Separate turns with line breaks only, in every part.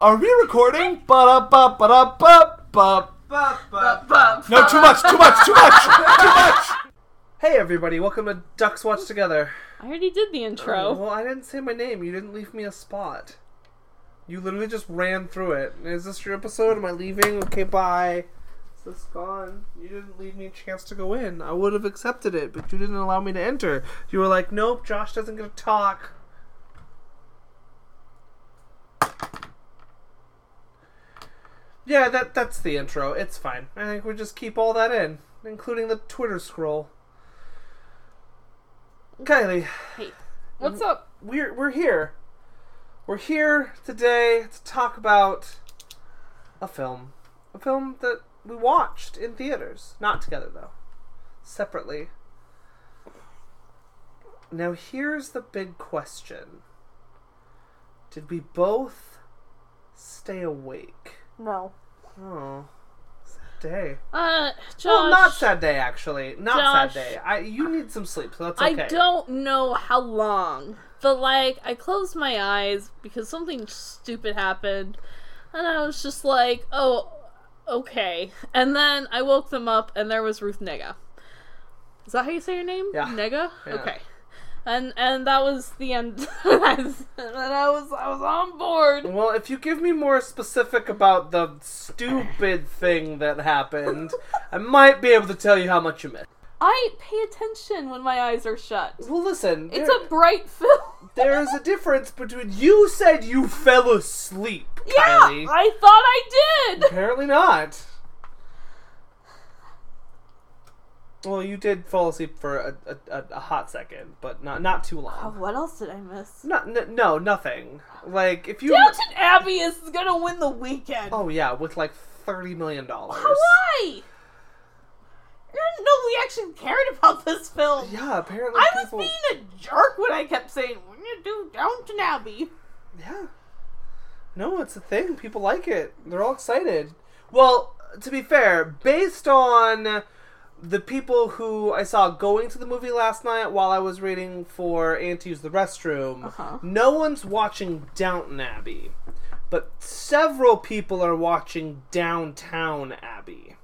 Are we recording? Ba-da-ba-ba-da-ba-ba. No, too much, too much, too much, too much.
Hey everybody, welcome to Ducks Watch Together.
I already did the intro.
Oh, Well, I didn't say my name. You didn't leave me a spot. You literally just ran through it. Is this your episode? Am I leaving? Okay, bye. Is this gone? You didn't leave me a chance to go in. I would have accepted it, but you didn't allow me to enter. You were like, nope, Josh doesn't get to talk. Yeah, that that's the intro. It's fine. I think we just keep all that in, including the Twitter scroll. Kylie,
Hey, what's up?
we're we're here. We're here today to talk about a film, a film that we watched in theaters, not together though, separately. Now here's the big question: Did we both stay awake?
No.
Oh, sad day.
Uh, Josh.
Well, not sad day actually. Not
Josh.
sad day. I you need some sleep, so that's
I
okay.
don't know how long, but like I closed my eyes because something stupid happened, and I was just like, "Oh, okay." And then I woke them up, and there was Ruth Nega. Is that how you say your name?
Yeah.
Nega.
Yeah.
Okay. And and that was the end. and I was I was on board.
Well, if you give me more specific about the stupid thing that happened, I might be able to tell you how much you missed.
I pay attention when my eyes are shut.
Well, listen,
It's
there-
a bright film.
there's a difference between you said you fell asleep,
Yeah,
Kylie.
I thought I did.
Apparently not. Well, you did fall asleep for a, a, a, a hot second, but not not too long.
Oh, what else did I miss?
No, n- no, nothing. Like if you.
Downton Abbey is gonna win the weekend.
Oh yeah, with like thirty million dollars.
Why? I didn't know we actually cared about this film.
Yeah, apparently
I was
people.
being a jerk when I kept saying, "We're gonna do Downton Abbey."
Yeah. No, it's a thing. People like it. They're all excited. Well, to be fair, based on the people who I saw going to the movie last night while I was waiting for Aunt to use the restroom,
Uh-huh.
no one's watching Downton Abbey. But several people are watching Downtown Abbey.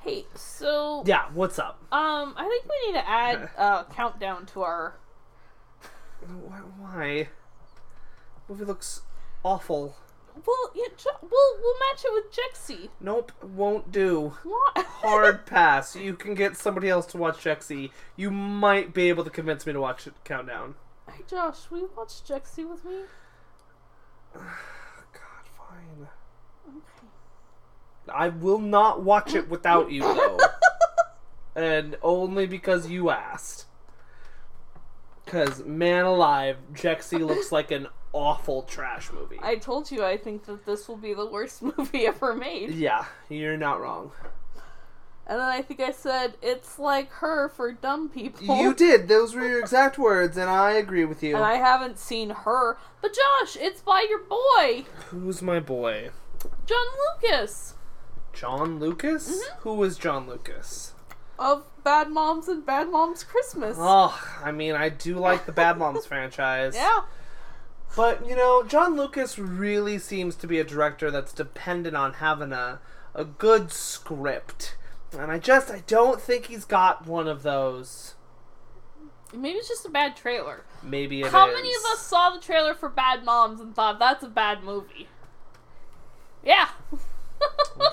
Hey, so
Yeah, what's up?
um, I think we need to add uh, countdown to our.
Wh- Why? Movie looks awful.
Well, yeah, ju- we'll we'll match it with Jexy.
Nope, won't do.
What?
hard pass. You can get somebody else to watch Jexy. You might be able to convince me to watch it- Countdown.
hey, Josh, will you watch Jexy with me?
God, fine.
Okay.
I will not watch it without you, though. and only because you asked. Because, man alive, Jexy looks like an awful trash movie.
I told you I think that this will be the worst movie ever made.
Yeah, you're not wrong.
And then I think I said it's like her for dumb people.
You did. Those were your exact words, and I agree with you.
And I haven't seen her. But Josh, it's by your boy,
Who's my boy?
John Lucas
John Lucas?
Mm-hmm.
Who is John Lucas?
of Bad Moms and Bad Moms Christmas.
Oh, I mean, I do like the Bad Moms franchise.
Yeah.
But, you know, John Lucas really seems to be a director that's dependent on having a, a good script. And I just, I don't think he's got one of those.
Maybe it's just a bad trailer.
Maybe it is.
How many of us saw the trailer for Bad Moms and thought that's a bad movie? Yeah.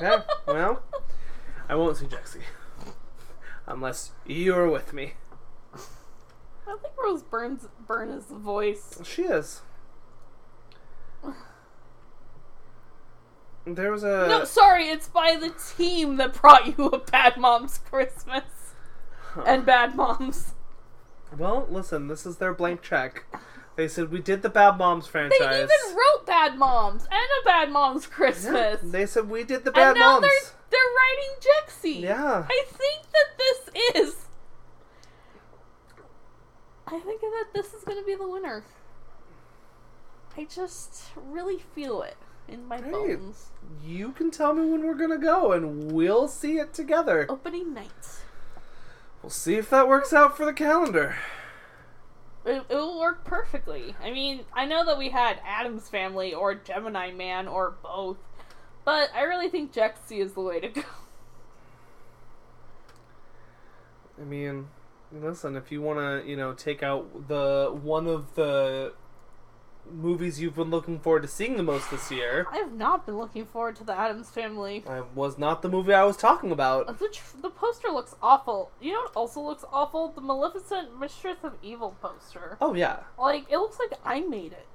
Okay, well, I won't see Jexy. Unless you're with me.
I think Rose Burns Byrne is the voice.
She is. There was a.
No, sorry, it's by the team that brought you a Bad Moms Christmas and Bad Moms.
Well, listen, this is their blank check. They said we did the Bad Moms
They
franchise.
even wrote Bad Moms and a Bad Moms
Yeah,
Christmas.
They said we did the Bad
and now
Moms.
they're they're writing Jexy.
Yeah.
I think that this is. I think that this is gonna be the winner. I just really feel it in my
Great.
bones.
You can tell me when we're gonna go, and we'll see it together.
Opening night.
We'll see if that works out for the calendar.
It, it will work perfectly. I mean, I know that we had Adam's Family or Gemini Man or both, but I really think Jexy is the way to go.
I mean, listen, if you want to, you know, take out the one of the movies you've been looking forward to seeing the most this year,
I have not been looking forward to the Adams Family.
I was not the movie I was talking
Uh,
about.
The, tr- the poster looks awful. You know what also looks awful? The Maleficent Mistress of Evil poster.
Oh yeah,
Like, it looks like I made it.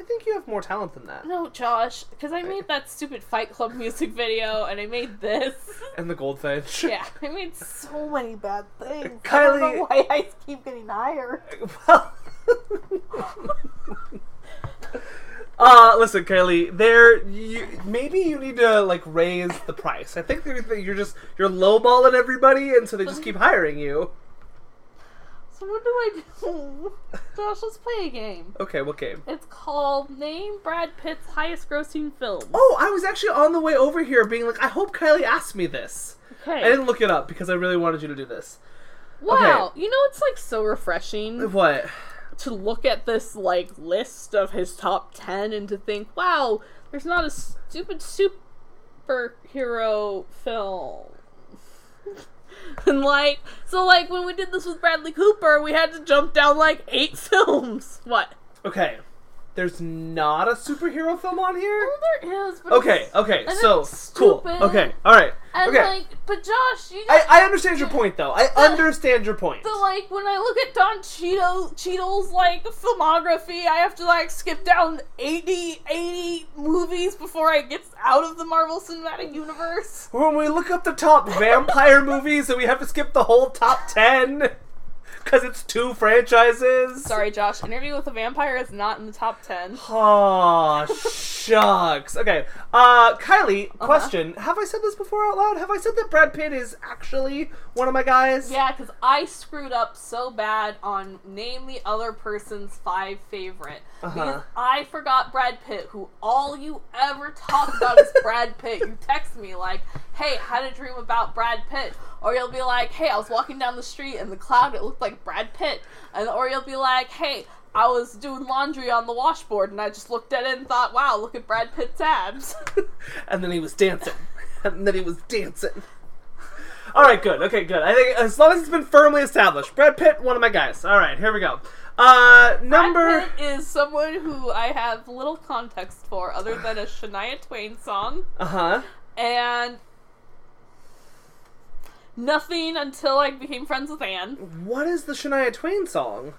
I think you have more talent than that.
No, Josh, because I made that stupid Fight Club music video and I made this.
And the goldfinch.
Yeah, I made so many bad things. I don't know
Kylie-
why I keep getting hired.
Well. Uh, listen, Kylie. There, you, maybe you need to like raise the price. I think they're- that you're just you're lowballing everybody, and so they just keep hiring you.
So what do I do? Josh, let's play a game.
Okay, what game?
It's called Name Brad Pitt's Highest Grossing Film.
Oh, I was actually on the way over here, being like, I hope Kylie asked me this. I
Okay.
didn't look it up because I really wanted you to do this.
Wow. You know it's like so refreshing
What?
to look at this like list of his top 10 and to think, wow, there's not a stupid superhero film. and like, so like when we did this with Bradley Cooper, we had to jump down like eight films. What?
Okay, there's not a superhero film on here.
Well, there is. But
Okay,
it's-
okay,
and
so
it's
cool.
stupid.
Okay, all right.
And
okay,
like, but Josh, you
I,
got
I understand your point though. I understand your point.
the like when I look at Don Cheeto Cheadle's like filmography, I have to like skip down 80, 80 movies before I get out of the Marvel Cinematic Universe.
When we look up the top vampire movies, and we have to skip the whole top ten because it's two franchises.
Sorry, Josh. Interview with a Vampire is not in the top ten.
Aw, shucks. Okay, uh, Kylie,
Uh-huh.
question: Have I said this before out loud? Have I said that Brad Pitt is actually one of my guys?
Yeah, because I screwed up so bad on name the other person's five favorite.
Uh-huh.
Because I forgot Brad Pitt, who all you ever talk about is Brad Pitt. You text me like, "Hey, had a dream about Brad Pitt," or you'll be like, "Hey, I was walking down the street and the cloud it looked like Brad Pitt," and or you'll be like, "Hey." I was doing laundry on the washboard and I just looked at it and thought, wow, look at Brad Pitt's abs.
and then he was dancing, and then he was dancing. All right, good. Okay, good. I think as long as it's been firmly established, Brad Pitt, one of my guys. All right, here we go. Uh, number.
Brad Pitt is someone who I have little context for other than a Shania Twain song
Uh huh.
and nothing until I became friends with Anne.
What is the Shania Twain song?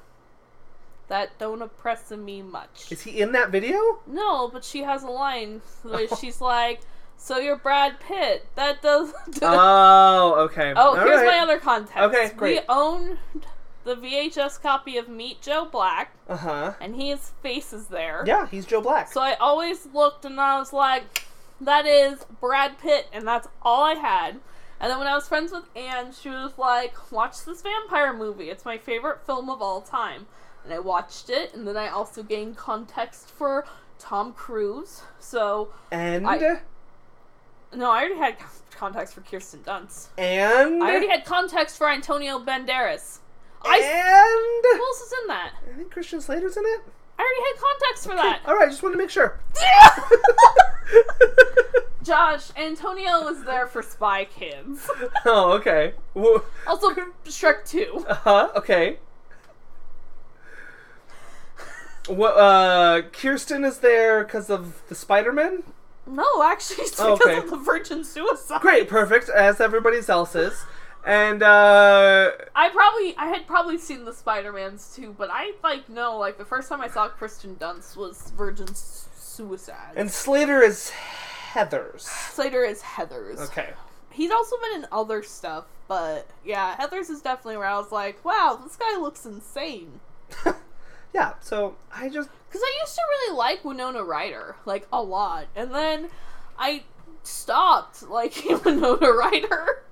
That don't oppress me much.
Is he in that video?
No, but she has a line where she's like, "So you're Brad Pitt." That does.
Oh, okay.
oh,
All
here's
right.
my other context.
Okay,
We
great.
owned the VHS copy of Meet Joe Black,
Uh huh.
and his face is there.
Yeah, he's Joe Black.
So I always looked and I was like, that is Brad Pitt, and that's all I had. And then when I was friends with Anne, she was like, watch this vampire movie. It's my favorite film of all time. And I watched it, and then I also gained context for Tom Cruise. So,
and
I- no, I already had context for Kirsten Dunst.
and
I already had context for Antonio Banderas. I. Who
and
else is in that?
I think Christian Slater's in it.
I already had context for that.
All right, just wanted to make sure.
Josh, Antonio was there for Spy Kids.
oh, okay. Wha-
Also, Shrek 2.
Huh? Okay. What? Uh, Kirsten is there because of the Spider-Man.
No, actually, it's
Oh,
because
okay.
of the virgin suicide.
Great, perfect, as everybody else's. And uh,
I probably, I had probably seen the Spider-Mans too, but I, like, no, like, the first time I saw Kristen Dunst was virgin s- suicide.
and Slater is Heather's.
Slater is Heather's.
Okay.
He's also been in other stuff, but yeah, Heather's is definitely where I was like, wow, this guy looks insane.
Yeah. So I just
Because I used to really like Winona Ryder, like, a lot. And then I stopped liking Winona Ryder.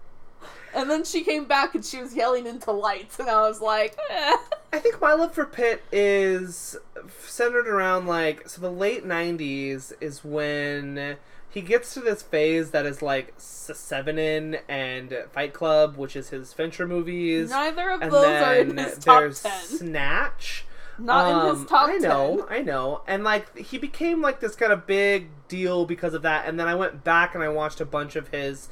And then she came back and she was yelling into lights, and I was like, eh.
I think my love for Pitt is centered around like so the late 90s is when he gets to this phase that is like S- Sevenin and Fight Club, which is his venture movies.
Neither of
and
those
then
are in his top
there's
ten.
Snatch.
Not in
Um,
his top
I know, I know. And like he became like this kind of big deal because of that. And then I went back and I watched a bunch of his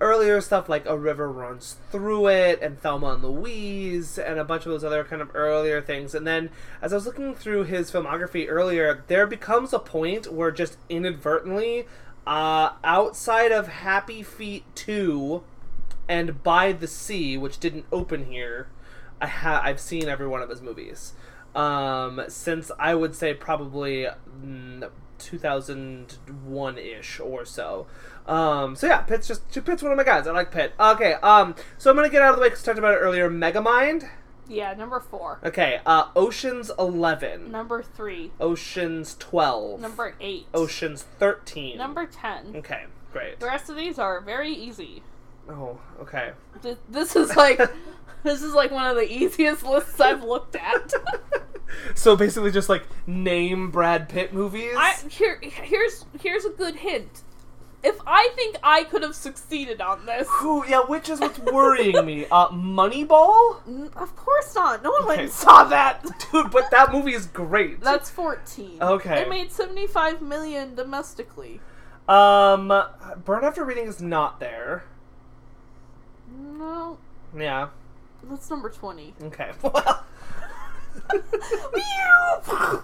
earlier stuff like A River Runs Through It and Thelma and Louise and a bunch of those other kind of earlier things. And then as I was looking through his filmography earlier, there becomes a point where just inadvertently, uh, outside of Happy Feet 2 and By the Sea, which didn't open here, I ha- I've seen every one of his movies. Um, since I would say probably mm, 2001 ish or so. Um, so yeah, Pitt's just Pitt's one of my guys. I like Pitt. Okay, um, so I'm gonna get out of the way because I talked about it earlier. Megamind.
ten. Yeah, number four.
Okay, uh, Ocean's 11,
Number three.
Ocean's 12,
Number eight.
Ocean's 13.
Number ten.
Okay, great.
The rest of these are very easy.
Oh, okay.
Th- This is like this is like one of the easiest lists I've looked at.
So basically, just like name Brad Pitt movies.
I here here's here's a good hint. If I think I could have succeeded on this,
Who? Yeah, which is what's worrying me. Uh, Moneyball.
n- of course not. No one went
Okay.
and saw that.
dude but that movie is great
That's fourteen.
Okay.
It made seventy-five million domestically.
um burn after reading is not there
No,
yeah
that's number twenty.
okay well
Meow.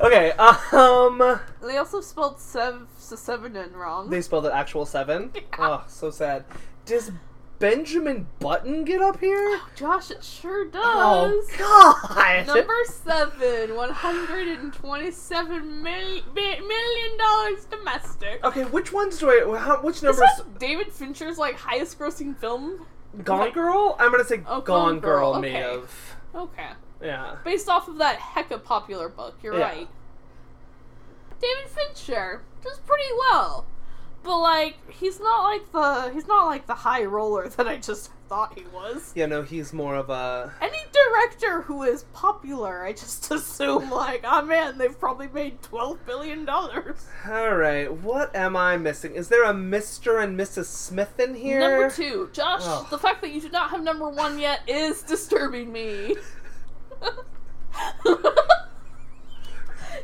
okay um
they also spelled sev Sevenen wrong.
they spelled it actual seven oh so sad does benjamin button get up here
Josh, it sure does.
oh god
Number seven, one hundred and twenty-seven mil- bi- million dollars domestic.
okay which ones do i how, which
This
numbers
was David Fincher's like highest-grossing film.
gone girl i'm gonna say
Oh,
gone
Gone
girl,
Girl,
may
okay.
have
Okay,
yeah
based off of that hecka popular book. You're
Yeah.
right. David Fincher does pretty well, but like he's not like the he's not like the high roller that I just thought he was.
yeah no he's more of a
Any director who is popular, I just assume like, oh man, they've probably made twelve billion dollars.
All right, what am I missing? Is there a Mr. and Mrs. Smith in here? Oh.
Number two, Josh,
Ugh.
the fact that you do not have number one yet is disturbing me.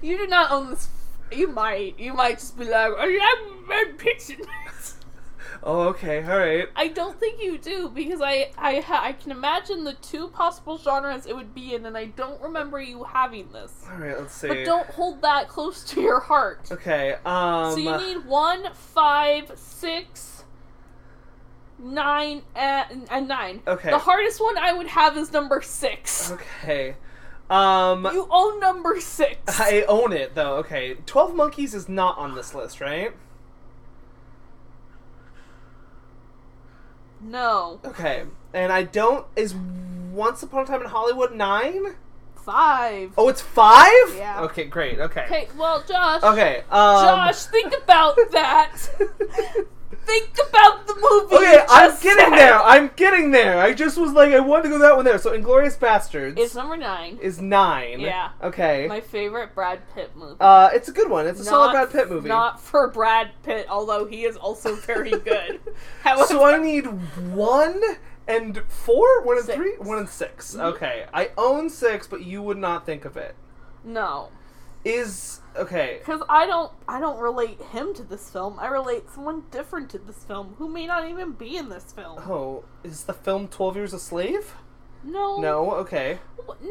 you do not own this. You might, you might just be like, "Oh, I love red pictures.
Oh, okay, all right.
I don't think you do because I, I, ha- I can imagine the two possible genres it would be in, and I don't remember you having this.
All right, let's see.
But don't hold that close to your heart.
Okay, um.
So you need one, five, six, nine, and, and nine.
Okay.
The hardest one I would have is number six.
Okay. Um.
You own number six.
I own it, though. Okay. 12 Monkeys is not on this list, right?
No.
Okay. And I don't. Is Once Upon a Time in Hollywood 9?
Five.
Oh, it's 5?
Yeah.
Okay, great, okay.
Okay, well, Josh.
Okay, um.
Josh, think about that. think about the movie. you
Okay, I'm
just
getting
said.
there. I'm getting there. I just was like, I wanted to go that one there. So, Inglorious Bastards.
It's number nine.
is nine.
Yeah.
Okay.
my favorite Brad Pitt movie.
uh, it's a good one. It's a solid Brad
Not-
Pitt movie.
Not for Brad Pitt, although he is also very good. However,
so I need one and four, one and
Six. Mm-hmm.
three, one and 6 Okay, I own six, but you would not think of it.
no.
Is okay.
Because I don't, I don't relate him to this film. I relate someone different to this film who may not even be in this film.
Oh, is the film Twelve Years a Slave?
No,
No. Okay.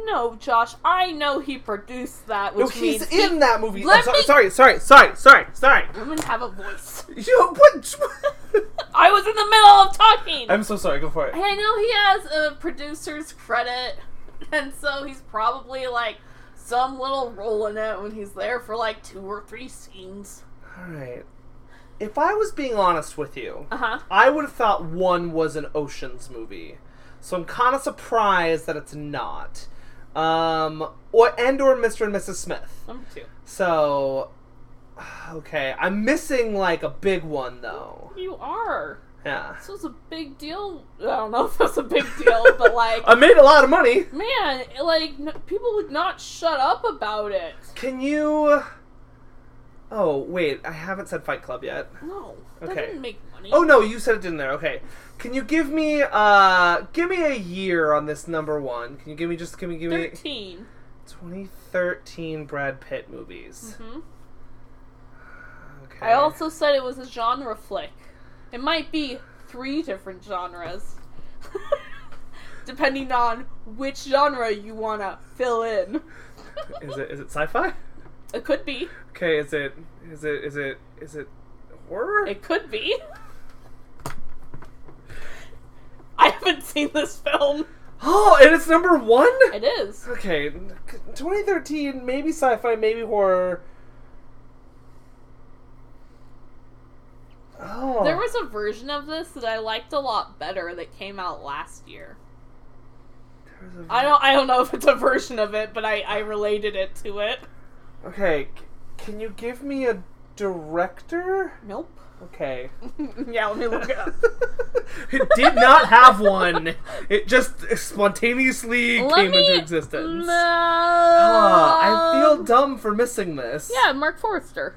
no, Josh. I know he produced that, which
No, he's
means
in that movie. I'm
Let
sorry,
me-
sorry, sorry, sorry, sorry, sorry.
he, women have a voice.
You what?
I was in the middle of talking.
I'm so sorry. Go for it.
I know he has a producer's credit, and so he's probably like some little role in it when he's there for like two or three scenes.
All right. If I was being honest with you,
Uh huh.
I would have thought one was an Ocean's movie, so I'm kind of surprised that it's not. Um, or and or Mr. and Mrs. Smith.
Number two.
So, okay, I'm missing like a big one though.
You are.
Yeah.
This was a big deal. I don't know if that's a big deal, but like,
I made a lot of money.
man, it, like n- people would not shut up about it.
Can you? Oh wait, I haven't said Fight Club yet.
No, that
Okay.
didn't make money.
Oh no, you said it in there. Okay. Can you give me uh give me a year on this number one? Can you give me just give me give me
13
2013 Brad Pitt movies?
Mm-hmm.
Okay.
Mm. I also said it was a genre flick. It might be three different genres, depending on which genre you want to fill in.
is it is it sci-fi?
It could be.
Okay. Is it is it is it is it horror?
It could be. I haven't seen this film.
oh, and it's number one.
It is.
Okay, 2013, maybe sci-fi, maybe horror. Oh,
There was a version of this that I liked a lot better that came out last year.
There was a-
I don't I don't know if it's a version of it, but I, I related it to it.
Okay, c- can you give me a director?
Nope.
Okay.
yeah, let me look it up.
it did not have one. It just spontaneously
Let
came
me-
into existence.
No.
Ah, I feel dumb for missing this.
Yeah, Mark Forster.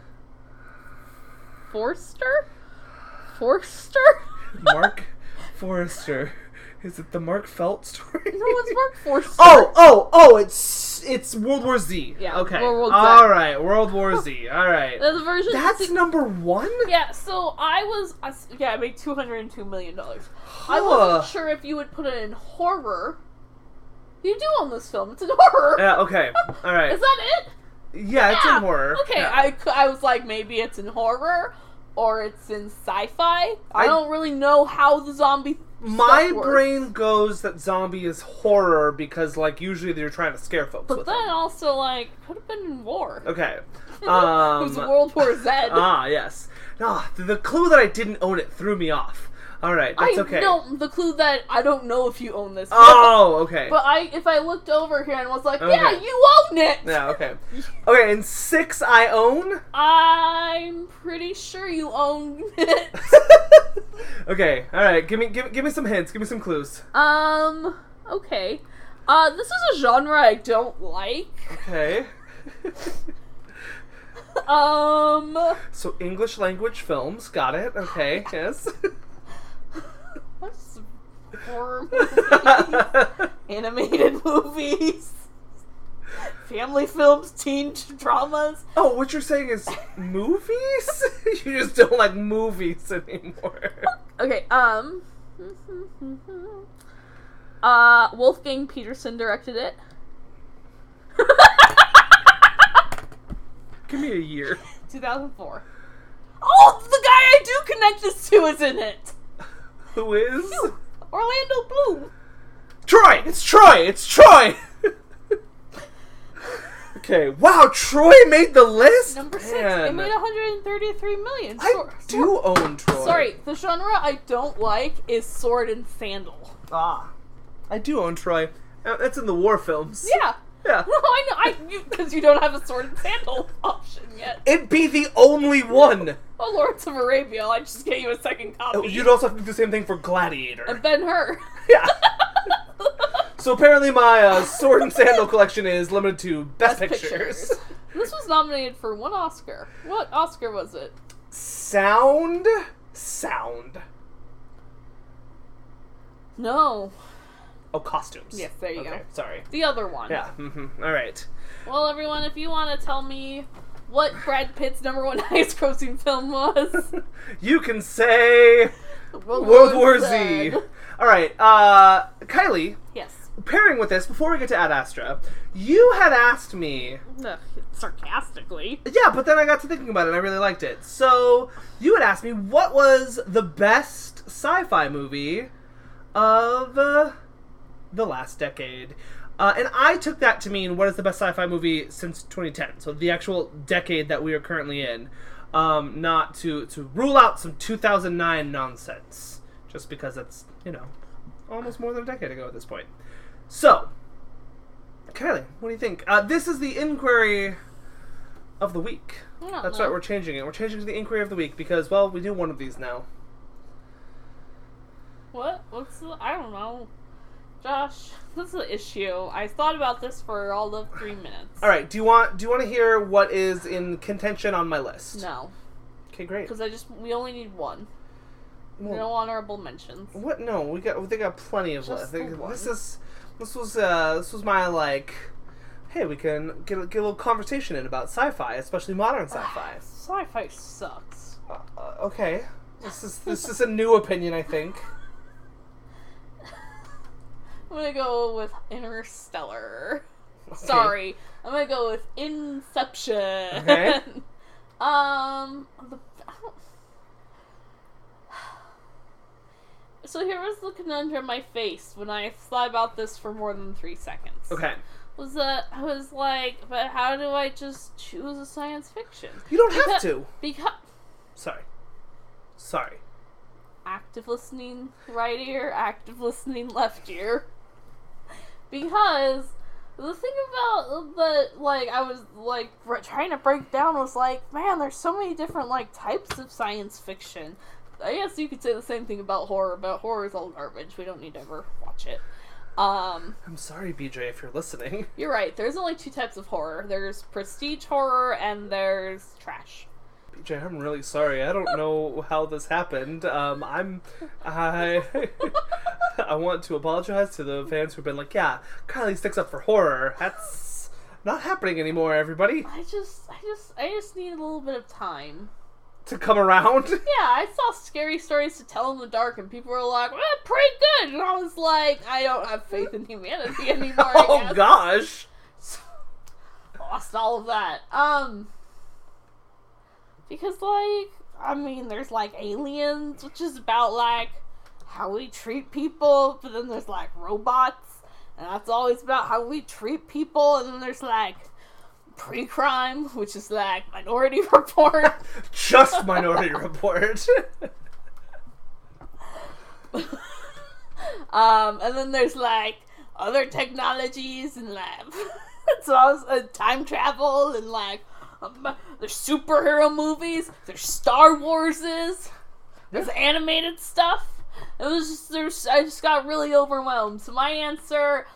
Forster? Forster?
Mark Forrester. Is it the Mark Felt story?
No, it's Mark Forster.
Oh, oh, oh! It's it's World War Z.
Yeah,
Okay.
World War Z.
All right. World War Z. All right.
The version
That's number one.
Yeah, so I was I s- yeah, I made two hundred and two million dollars. I
Huh.
wasn't sure if you would put it in horror. You do own this film. It's in horror.
Yeah. Okay. All right.
Is that it?
yeah, it's
Yeah.
in horror.
Okay,
Yeah.
I, cou- I was like maybe it's in horror or it's in sci-fi. I,
I-
don't really know how the zombie.
My
stuff works.
brain goes that zombie is horror because, like, usually they're trying to scare folks
But
with
then
it.
also like could have been in war.
Okay.
it was
Um.
World War Z.
ah, yes. Ah, the, the clue that I didn't own it threw me off. All right,
I
that's okay.
know the clue that I don't know if you own this.
Oh, okay.
But I, if I looked over here and was like, "Yeah,
Okay.
you own it,"
yeah, okay. Okay, and six I own.
I'm pretty sure you own it.
okay, all right. Give me, give, give me some hints. Give me some clues.
um, okay. Uh, this is a genre I don't like.
Okay.
Um,
so English language films, got it. Okay, yes.
what's horror movies? Animated movies? Family films, teen dramas.
oh, what you're saying is movies? you just don't like movies anymore.
Okay, um. Uh, Wolfgang Peterson directed it.
Give me a year.
2004. Oh, the guy I do connect this to is in it!
Who is?
Orlando Bloom!
Troy. It's Troy. It's Troy. okay. Wow, Troy made the list.
Number six. It
Man,
made 133 million.
I
Sor-
do own Troy.
Sorry, the genre I don't like is sword and sandal.
Ah, I do own Troy. Uh, That's in the war films.
Yeah.
Yeah.
No, I know. I because you don't have a sword and sandal option yet.
It'd be the only one.
Oh, Lawrence of Arabia. I just get you a second copy.
You'd also have to do the same thing for Gladiator.
and Ben Hur.
yeah. so apparently, my uh, sword and sandal collection is limited to best, pictures.
This was nominated for one Oscar. What Oscar was it?
Sound, sound.
No,
Oh, costumes.
Yes, there you
okay,
go.
Sorry.
the other one.
Yeah. mhm, All right.
Well, everyone, if you want to tell me what Brad Pitt's number one highest grossing film was,
You can say
World,
World War Z. All right. Uh, Kylie,
Yes.
pairing with this, before we get to Ad Astra, you had asked me
Ugh, sarcastically.
Yeah, but then I got to thinking about it and I really liked it. So, you had asked me what was the best sci fi movie of uh, the last decade. Uh, and I took that to mean what is the best sci fi movie since 2010. So, the actual decade that we are currently in. Um, not to, to rule out some 2009 nonsense. Just because that's, you know, almost more than a decade ago at this point. So, Kylie, what do you think? Uh, this is the inquiry of the week.
I don't
That's
know.
right, we're changing it. We're changing to the inquiry of the week because, well, we do one of these now.
What? What's the? I don't know. Josh, this is the issue. I thought about this for all of three minutes.
All right. Do you want do you want to hear what is in contention on my list?
No,
Okay, great.
because I just we only need one.
Well,
No honorable mentions.
What? No, we got. They got plenty of
Just
left.
the
They-
one.
This is. This was. Uh, this was my like. Hey, we can get a, get a little conversation in about sci-fi, especially modern
Ah.
sci-fi.
Sci-fi sucks.
uh, uh, okay, this is this is a new opinion, I think.
I'm gonna go with Interstellar.
Okay.
Sorry, I'm gonna go with Inception.
Okay.
um, the, I don't- so here was the conundrum I faced when I thought about this for more than three seconds.
Okay.
was that I was like, but how do I just choose a science fiction?
You don't have
Because-
to.
Because
Sorry. Sorry.
active listening right ear, active listening left ear. Because the thing about the like I was like br- trying to break down was like, man, there's so many different like types of science fiction. I guess you could say the same thing about horror, but horror is all garbage. We don't need to ever watch it. Um,
I'm sorry, BJ, if you're listening.
you're right. There's only two types of horror. There's prestige horror and there's trash.
BJ, I'm really sorry. I don't know how this happened. Um, I'm, I, I want to apologize to the fans who've been like, yeah, Kylie sticks up for horror. That's not happening anymore. Everybody
I just, I just, I just need a little bit of time.
to come around.
Yeah, I saw scary stories to tell in the dark, and people were like, well, pretty good. And I was like, I don't have faith in humanity anymore. I
oh
guess."
gosh.
lost all of that. Um, because like, I mean, there's like aliens, which is about like how we treat people, but then there's like robots, and that's always about how we treat people, and then there's like pre-crime, which is like Minority Report.
Just Minority Report.
Um, and then there's like other technologies and like so I was uh, time travel and like um, there's superhero movies, there's Star Warses, there's animated stuff. It was just there's I just got really overwhelmed. So my answer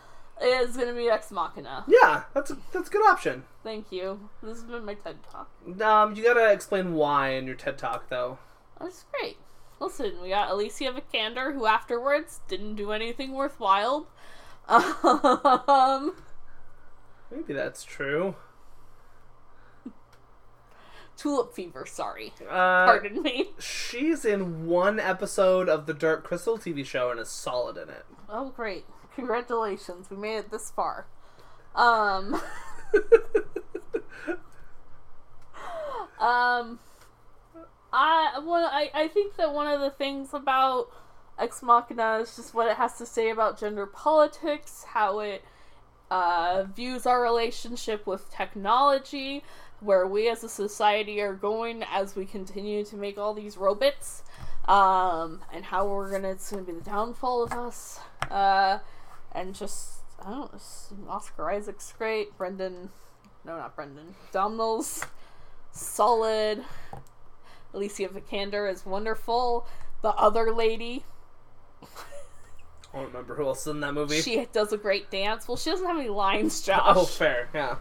is gonna be Ex Machina.
yeah, that's a, that's a good option.
Thank you. This has been my TED talk.
Um, you gotta explain why in your TED Talk though.
That's great. Listen, we got Alicia Vikander, who afterwards didn't do anything worthwhile. Um,
Maybe that's true.
Tulip fever, sorry.
Uh,
Pardon me.
She's in one episode of the Dark Crystal TV show and is solid in it.
Oh, great. Congratulations. We made it this far. Um. um. I, one, I I think that one of the things about Ex Machina is just what it has to say about gender politics, how it uh, views our relationship with technology, where we as a society are going as we continue to make all these robots, um, and how we're gonna it's gonna be the downfall of us, uh, and just I don't know, s- Oscar Isaac's great, Brendan, no not Brendan, Domino's solid, Alicia Vikander is wonderful, the other lady
I don't remember who else is in that movie.
she does a great dance. Well, she doesn't have any lines, Josh.
Oh, fair, yeah.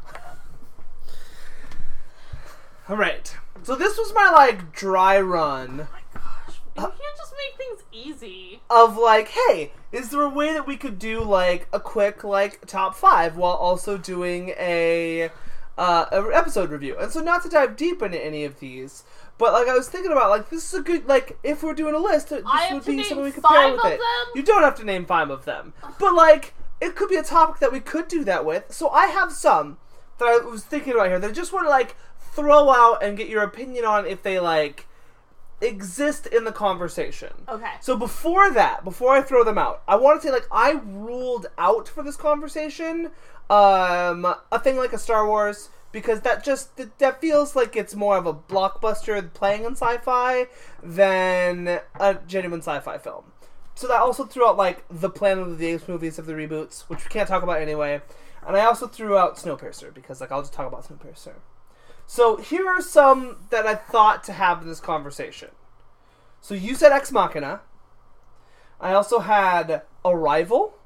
All right. So this was my like dry run
gosh.
Uh.
You can't just make things easy.
of like, hey, is there a way that we could do like a quick like top five while also doing a uh, a episode review? And so not to dive deep into any of these, but like I was thinking about like this is a good like if we're doing a list, this
I have
would
to
be
name
something we could
five
pair with
of
it.
them?
You don't have to name five of them, but like it could be a topic that we could do that with. So I have some that I was thinking about here that I just want to like throw out and get your opinion on if they like exist in the conversation.
Okay.
So before that, before I throw them out, I want to say like I ruled out for this conversation um a thing like a Star Wars because that just that, that feels like it's more of a blockbuster playing in sci-fi than a genuine sci-fi film. So that also threw out like the Planet of the Apes movies of the reboots, which we can't talk about anyway. And I also threw out Snowpiercer because like I'll just talk about Snowpiercer. So here are some that I thought to have in this conversation. So you said Ex Machina. I also had Arrival.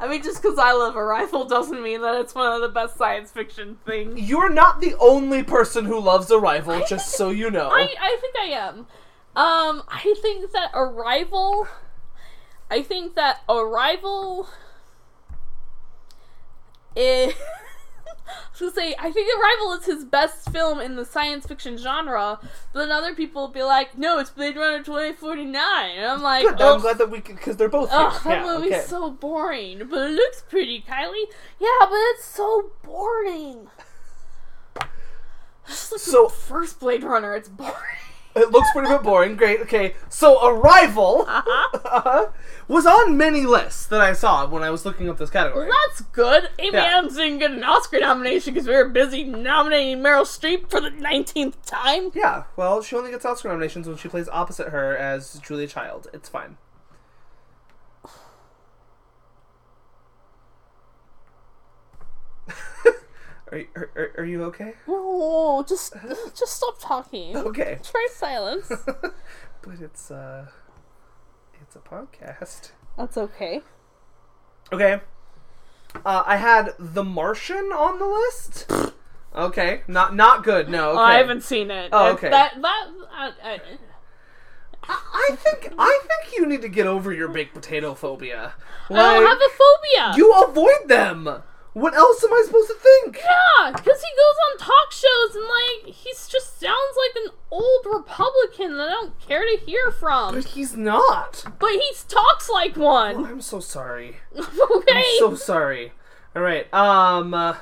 I mean, just because I love Arrival doesn't mean that it's one of the best science fiction things.
You're not the only person who loves Arrival, just so you know.
I, I think I am. Um, I think that Arrival. I think that Arrival. Is, I was gonna say, I think Arrival is his best film in the science fiction genre, but then other people will be like, no, it's Blade Runner 2049. And I'm like,
Good, I'm
oh,
glad that we because they're both here.
Ugh,
Yeah,
that movie's
okay.
so boring, but it looks pretty, Kylie. Yeah, but it's so boring. Just like
So-
the first Blade Runner, it's boring.
It looks pretty bit boring. Great. Okay, so Arrival Uh-huh. was on many lists that I saw when I was looking up this category.
That's good. Amy
Yeah.
Adams didn't get an Oscar nomination because we were busy nominating Meryl Streep for the 19th time.
Yeah, well, she only gets Oscar nominations when she plays opposite her as Julia Child. It's fine. are, you, are, are- are you okay?
No, just, just stop talking.
Okay.
Try silence.
But it's uh it's a podcast.
That's okay.
Okay. Uh, I had The Martian on the list. okay, not not good. No, okay.
Oh, I haven't seen it.
Oh,
It-
okay.
That, that, I, I,
I think I think you need to get over your baked potato phobia.
I don't
Like,
have a phobia.
you avoid them. What else am I supposed to think?
Yeah, because he goes on talk shows and like he just sounds like an old Republican that I don't care to hear from.
But he's not.
But he talks like one.
I'm so sorry.
okay.
I'm so sorry. All right. Um, uh,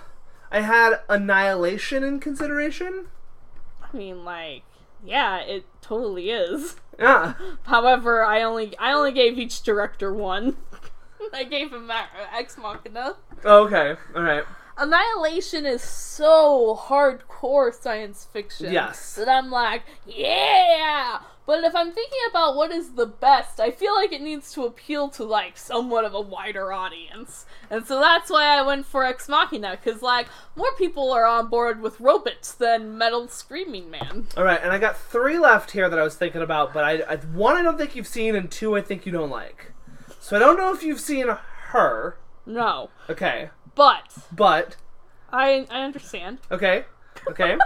I had Annihilation in consideration.
I mean, like, yeah, it totally is.
Yeah.
However, I only I only gave each director one. I gave him Ma- Ex Machina.
Okay. All right.
Annihilation is so hardcore science fiction.
Yes.
That I'm like, yeah! But if I'm thinking about what is the best, I feel like it needs to appeal to, like, somewhat of a wider audience. And so that's why I went for Ex Machina, because, like, more people are on board with robots than Metal Screaming Man.
All right. And I got three left here that I was thinking about, but I, I one I don't think you've seen, and two I think you don't like. So I don't know if you've seen her.
No.
Okay.
But,
But
I, I understand.
okay. Okay.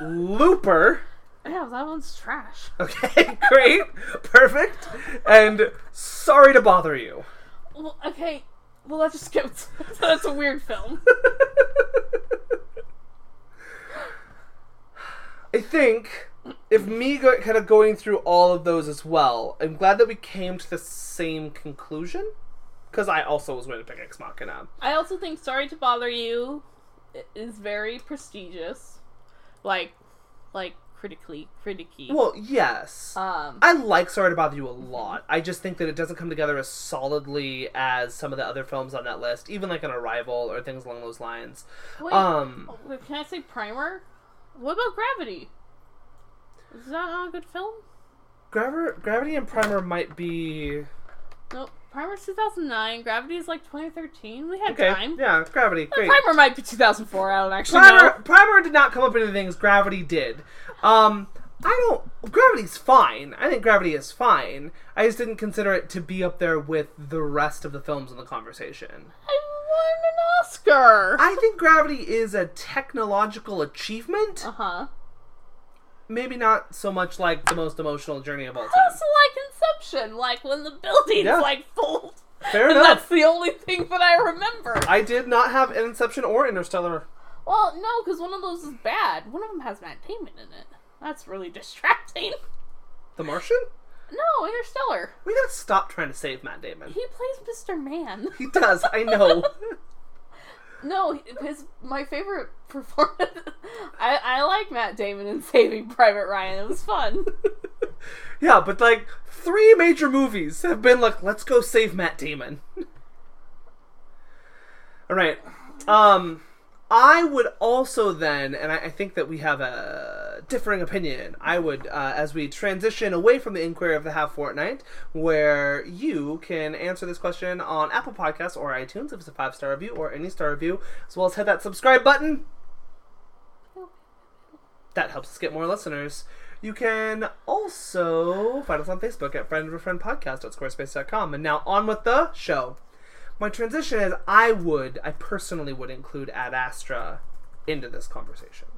Looper.
Yeah, that one's trash.
Okay. Great. Perfect. And sorry to bother you.
Well, okay. Well, that just skipped. that's a weird film.
I think if me go, kind of going through all of those as well, I'm glad that we came to the same conclusion because I also was going to pick Ex Machina.
I also think Sorry to Bother You i- is very prestigious. Like like critically criticky.
Well, yes.
um
I like Sorry to Bother You a lot. I just think that it doesn't come together as solidly as some of the other films on that list, even like an Arrival or things along those lines.
wait,
Um,
oh, wait, can I say primer? What about gravity? Is that not a good film?
Gravi- Gravity and Primer might be
No, Primer's 2009. Gravity is like 2013. We had
okay.
time.
Yeah, Gravity. Great.
Primer might be 2004. I don't actually
Primer,
know.
Primer did not come up with any things Gravity did. Um, I don't. Gravity's fine. I think Gravity is fine. I just didn't consider it to be up there with the rest of the films in the conversation.
I won an Oscar.
I think Gravity is a technological achievement.
uh huh.
Maybe not so much like the most emotional journey of all time.
Also like Inception, like when the building's
Yeah.
like full.
Fair
and
enough.
That's the only thing that I remember.
I did not have Inception or Interstellar.
Well, no, because one of those is bad. One of them has Matt Damon in it. That's really distracting.
The Martian?
No, Interstellar.
We gotta stop trying to save Matt Damon.
He plays Mr. Man.
He does, I know.
No, his my favorite performance. I I like Matt Damon in Saving Private Ryan. It was fun.
yeah, but like three major movies have been like, let's go save Matt Damon. All right. Um, I would also then, and I, I think that we have a differing opinion. I would, uh, as we transition away from the inquiry of the half fortnight, where you can answer this question on Apple Podcasts or iTunes if it's a five star review or any star review, as well as hit that subscribe button. That helps us get more listeners. You can also find us on Facebook at friend of a friend podcast at squarespace.com. And now on with the show. My transition is I would, I personally would include Ad Astra into this conversation.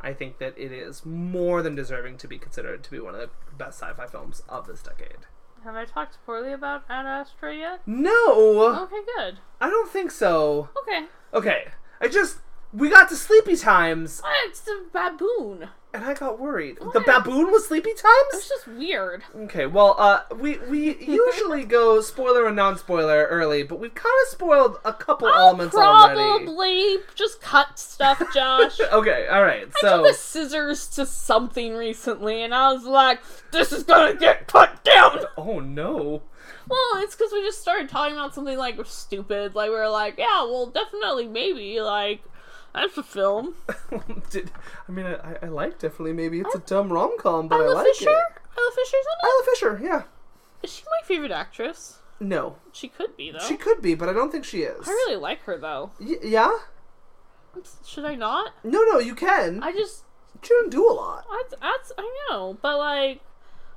I think that it is more than deserving to be considered to be one of the best sci fi films of this decade.
Have I talked poorly about Ad Astra yet?
No,
Okay, good.
I don't think so.
Okay.
Okay, I just, we got to Sleepy Times
Ah, It's the baboon.
and I got worried. The
What?
baboon was Sleepy
It's
Times?
just weird.
Okay, well, uh, we we usually go spoiler and non-spoiler early, but we've kind of spoiled a couple
I'll
elements
Oh, probably
already. Oh.
just cut stuff, Josh.
Okay, all right.
I
So
took the scissors to something recently, and I was like, "This is gonna get cut down."
oh no.
Well, it's because we just started talking about something like stupid. Like we were like, "Yeah, well, definitely, maybe." Like that's a film.
Did, I mean, I, I like definitely maybe it's a dumb rom-com, but I,
Isla
like
Fisher.
it.
Isla Fisher's in it.
Isla Fisher, yeah.
Is she my favorite actress?
No,
She could be though.
she could Mm. be, but I don't think she is.
I really like her though.
Y- yeah?
Should I not?
No, no, you can.
I just
She didn't do a lot.
I, I, I know, but like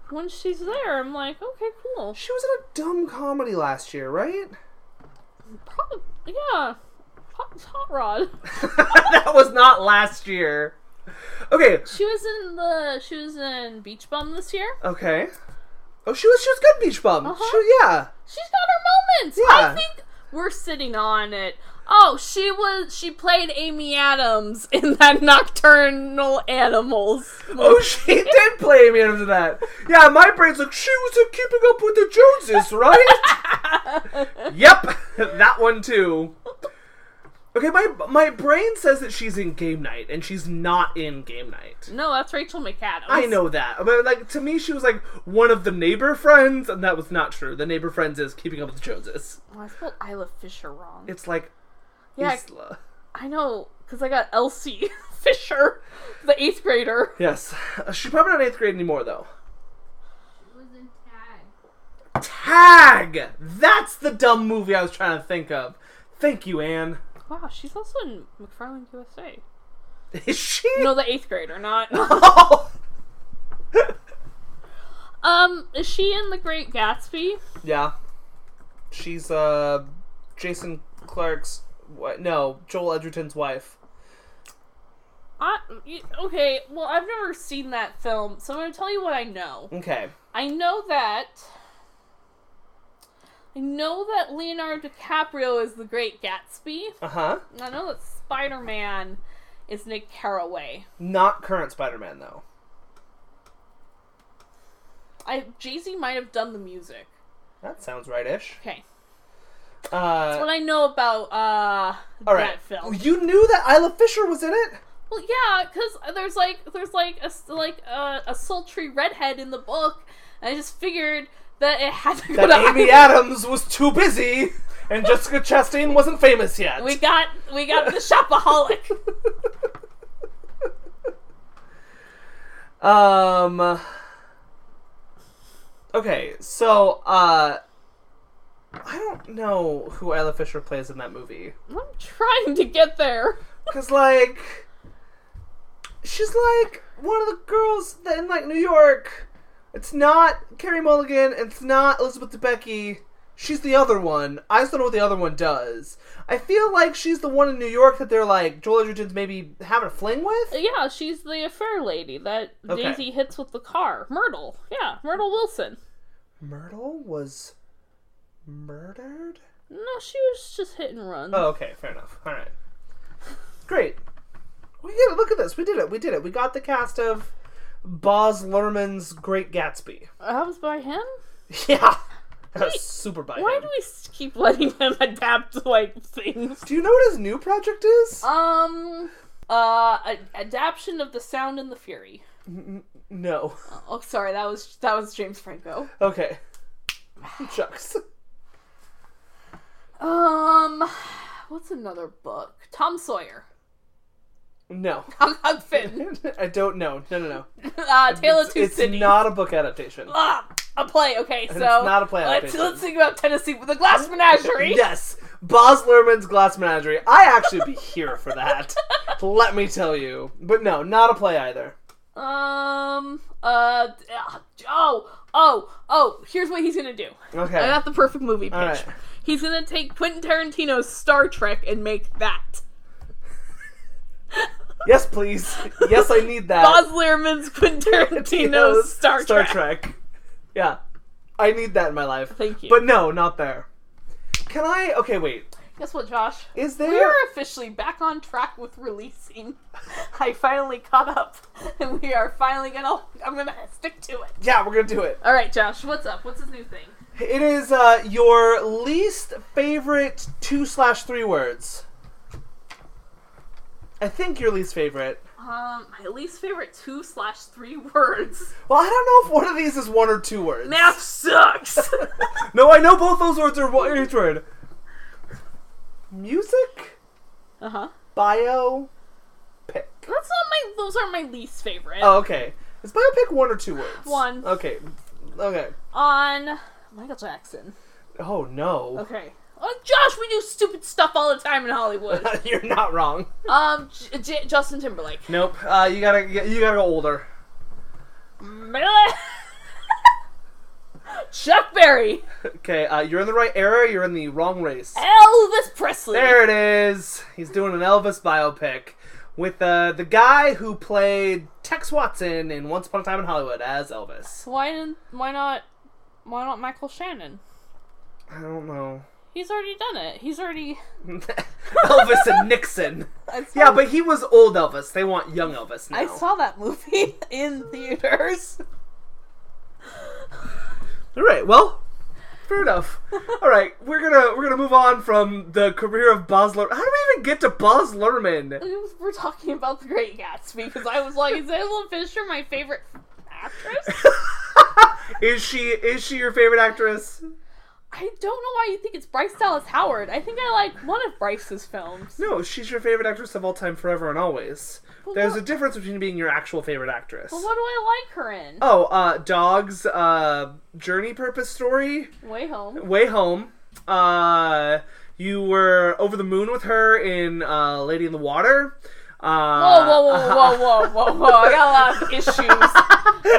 when she's there, I'm like, okay, cool.
She was in a dumb comedy last year, right?
Probably, yeah, hot, hot rod.
that was not last year. Okay,
She was in the she was in Beach Bum this year.
Okay. Oh, she was she was good beach bum.
Uh-huh.
She, yeah.
She's got her moments.
Yeah.
I think we're sitting on it. Oh, she was she played Amy Adams in that Nocturnal Animals.
Oh, she did play Amy Adams in that. Yeah, my brain's like she was in Keeping Up with the Joneses, right? yep, that one too. Okay, my my brain says that she's in Game Night, and she's not in Game Night.
No, that's Rachel McAdams.
I know that, but like to me, she was like one of the neighbor friends, and that was not true. The neighbor friends is Keeping Up with the Joneses.
Oh, I spelled Isla Fisher wrong.
It's like
yeah,
Isla.
I know because I got Elsie Fisher, the eighth grader.
Yes, Uh, she's probably not in eighth grade anymore though.
It was in tag.
Tag! That's the dumb movie I was trying to think of. Thank you, Anne.
Wow, she's also in McFarland USA.
Is she?
No, the eighth grader, not.
Oh.
um, is she in The Great Gatsby?
yeah. She's, uh, Jason Clark's, wi- no, Joel Edgerton's wife.
I, y- okay, well, I've never seen that film, so I'm gonna tell you what I know.
Okay.
I know that. I know that Leonardo DiCaprio is the Great Gatsby.
Uh huh.
and I know that Spider Man is Nick Carraway.
Not current Spider Man, though.
I Jay Z might have done the music.
That sounds right ish.
Okay,
Uh,
what I know about uh
all right.
that film.
You knew that Isla Fisher was in it?
Well, yeah, because there's like there's like a s- like uh, a, a sultry redhead in the book, and I just figured that it had to go
That
to
Amy
Ireland.
Adams was too busy, and Jessica Chastain wasn't famous yet.
We got we got the shopaholic.
Um. Okay, so uh, I don't know who Isla Fisher plays in that movie
I'm trying to get there.
because like, she's like one of the girls that in like New York. It's not Carrie Mulligan. It's not Elizabeth Debicki. She's the other one. I just don't know what the other one does. I feel like she's the one in New York that they're like Joel Edgerton's maybe having a fling with.
Yeah, she's the affair lady that
Okay.
Daisy hits with the car. Myrtle. Yeah, Myrtle Wilson.
Myrtle was murdered.
No, she was just hit and run.
Oh, okay, fair enough. All right, great. We did it. Look at this. We did it. We did it. We got the cast of Boz Lerman's Great Gatsby.
That was by him?
Yeah, That was super by
Why
him.
do we s- keep letting him adapt like things?
Do you know what his new project is?
Um, uh, a- adaptation of the Sound and the Fury.
no.
Oh, sorry, that was that was James Franco.
Okay. Chucks.
Um, what's another book? Tom Sawyer.
No.
Huck Huck Finn.
I don't know. No, no, no.
Uh, Tale of Two
it's
Cities.
not a book adaptation.
ah, a play. Okay, so
not a play
Let's,
adaptation.
let's think about Tennessee with a glass menagerie.
Yes, Boz Lerman's Glass Menagerie. I actually be here for that. Let me tell you. But no, not a play either.
Um, Uh, oh, oh, oh, here's what he's gonna do. I
Okay.
got the perfect movie pitch.
All right.
He's gonna take Quentin Tarantino's Star Trek and make that.
Yes, please. Yes, I need that.
Boz Luhrmann's Quentin Tarantino's Star,
Star
Trek.
Trek. Yeah. I need that in my life.
Thank you.
But no, not there. Can I? Okay, wait.
Guess what, Josh?
Is
we
there?
are officially back on track with releasing. I finally caught up, and we are finally gonna. I'm gonna stick to it.
Yeah, we're gonna do it.
All right, Josh. What's up? What's his new thing?
It is uh, your least favorite two slash three words. I think your least favorite.
Um, my least favorite two slash three words.
Well, I don't know if one of these is one or two words.
Math sucks.
No, I know both those words are one each word. Music,
uh huh.
bio, pic.
That's not my. Those aren't my least favorite.
Oh, okay. Is biopic one or two words?
One.
Okay. Okay.
On Michael Jackson.
Oh no.
Okay. Oh, Josh, we do stupid stuff all the time in Hollywood.
You're not wrong.
um, J- J- Justin Timberlake.
Nope. Uh, you gotta you gotta go older.
Chuck Berry.
Okay. Uh, you're in the right era. You're in the wrong race.
Elvis Presley.
There it is. He's doing an Elvis biopic with uh, the guy who played Tex Watson in Once Upon a Time in Hollywood as Elvis.
Why didn't? Why not? Why not Michael Shannon?
I don't know.
He's already done it. He's already.
Elvis and Nixon.
I saw,
Yeah, but he was old Elvis. They want young Elvis now.
I saw that movie in theaters.
All right. Well, fair enough. All right, we're gonna we're gonna move on from the career of Boz Lerman. How do we even get to Boz Lerman?
We're talking about The Great Gatsby because I was like, is Ellen Fisher my favorite actress?
Is she is she your favorite actress?
I don't know why you think it's Bryce Dallas Howard. I think I like one of Bryce's films.
No, she's your favorite actress of all time, forever and always.
But
There's
what-
a difference between being your actual favorite actress.
But what do I like her in?
Oh, uh, Dog's uh, journey purpose story,
Way Home.
Way Home. Uh, you were over the moon with her in uh, Lady in the Water. Uh,
Whoa, whoa, whoa, whoa, whoa, whoa, whoa. I got a lot of issues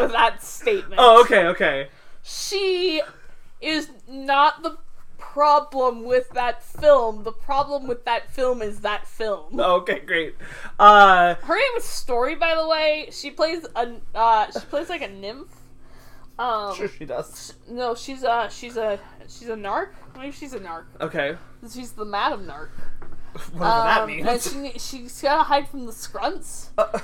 with that statement.
Oh, okay, okay.
She is not the problem with that film. The problem with that film is that film.
Okay, great. Uh,
Her name is Story, by the way. She plays a uh, she plays like a nymph. Um,
sure she does.
no, she's a she's a she's a narc. Maybe she's a narc.
Okay.
She's the madam narc.
Whatever
Um, And she, ne- she's gotta hide from the Scrunts
Uh,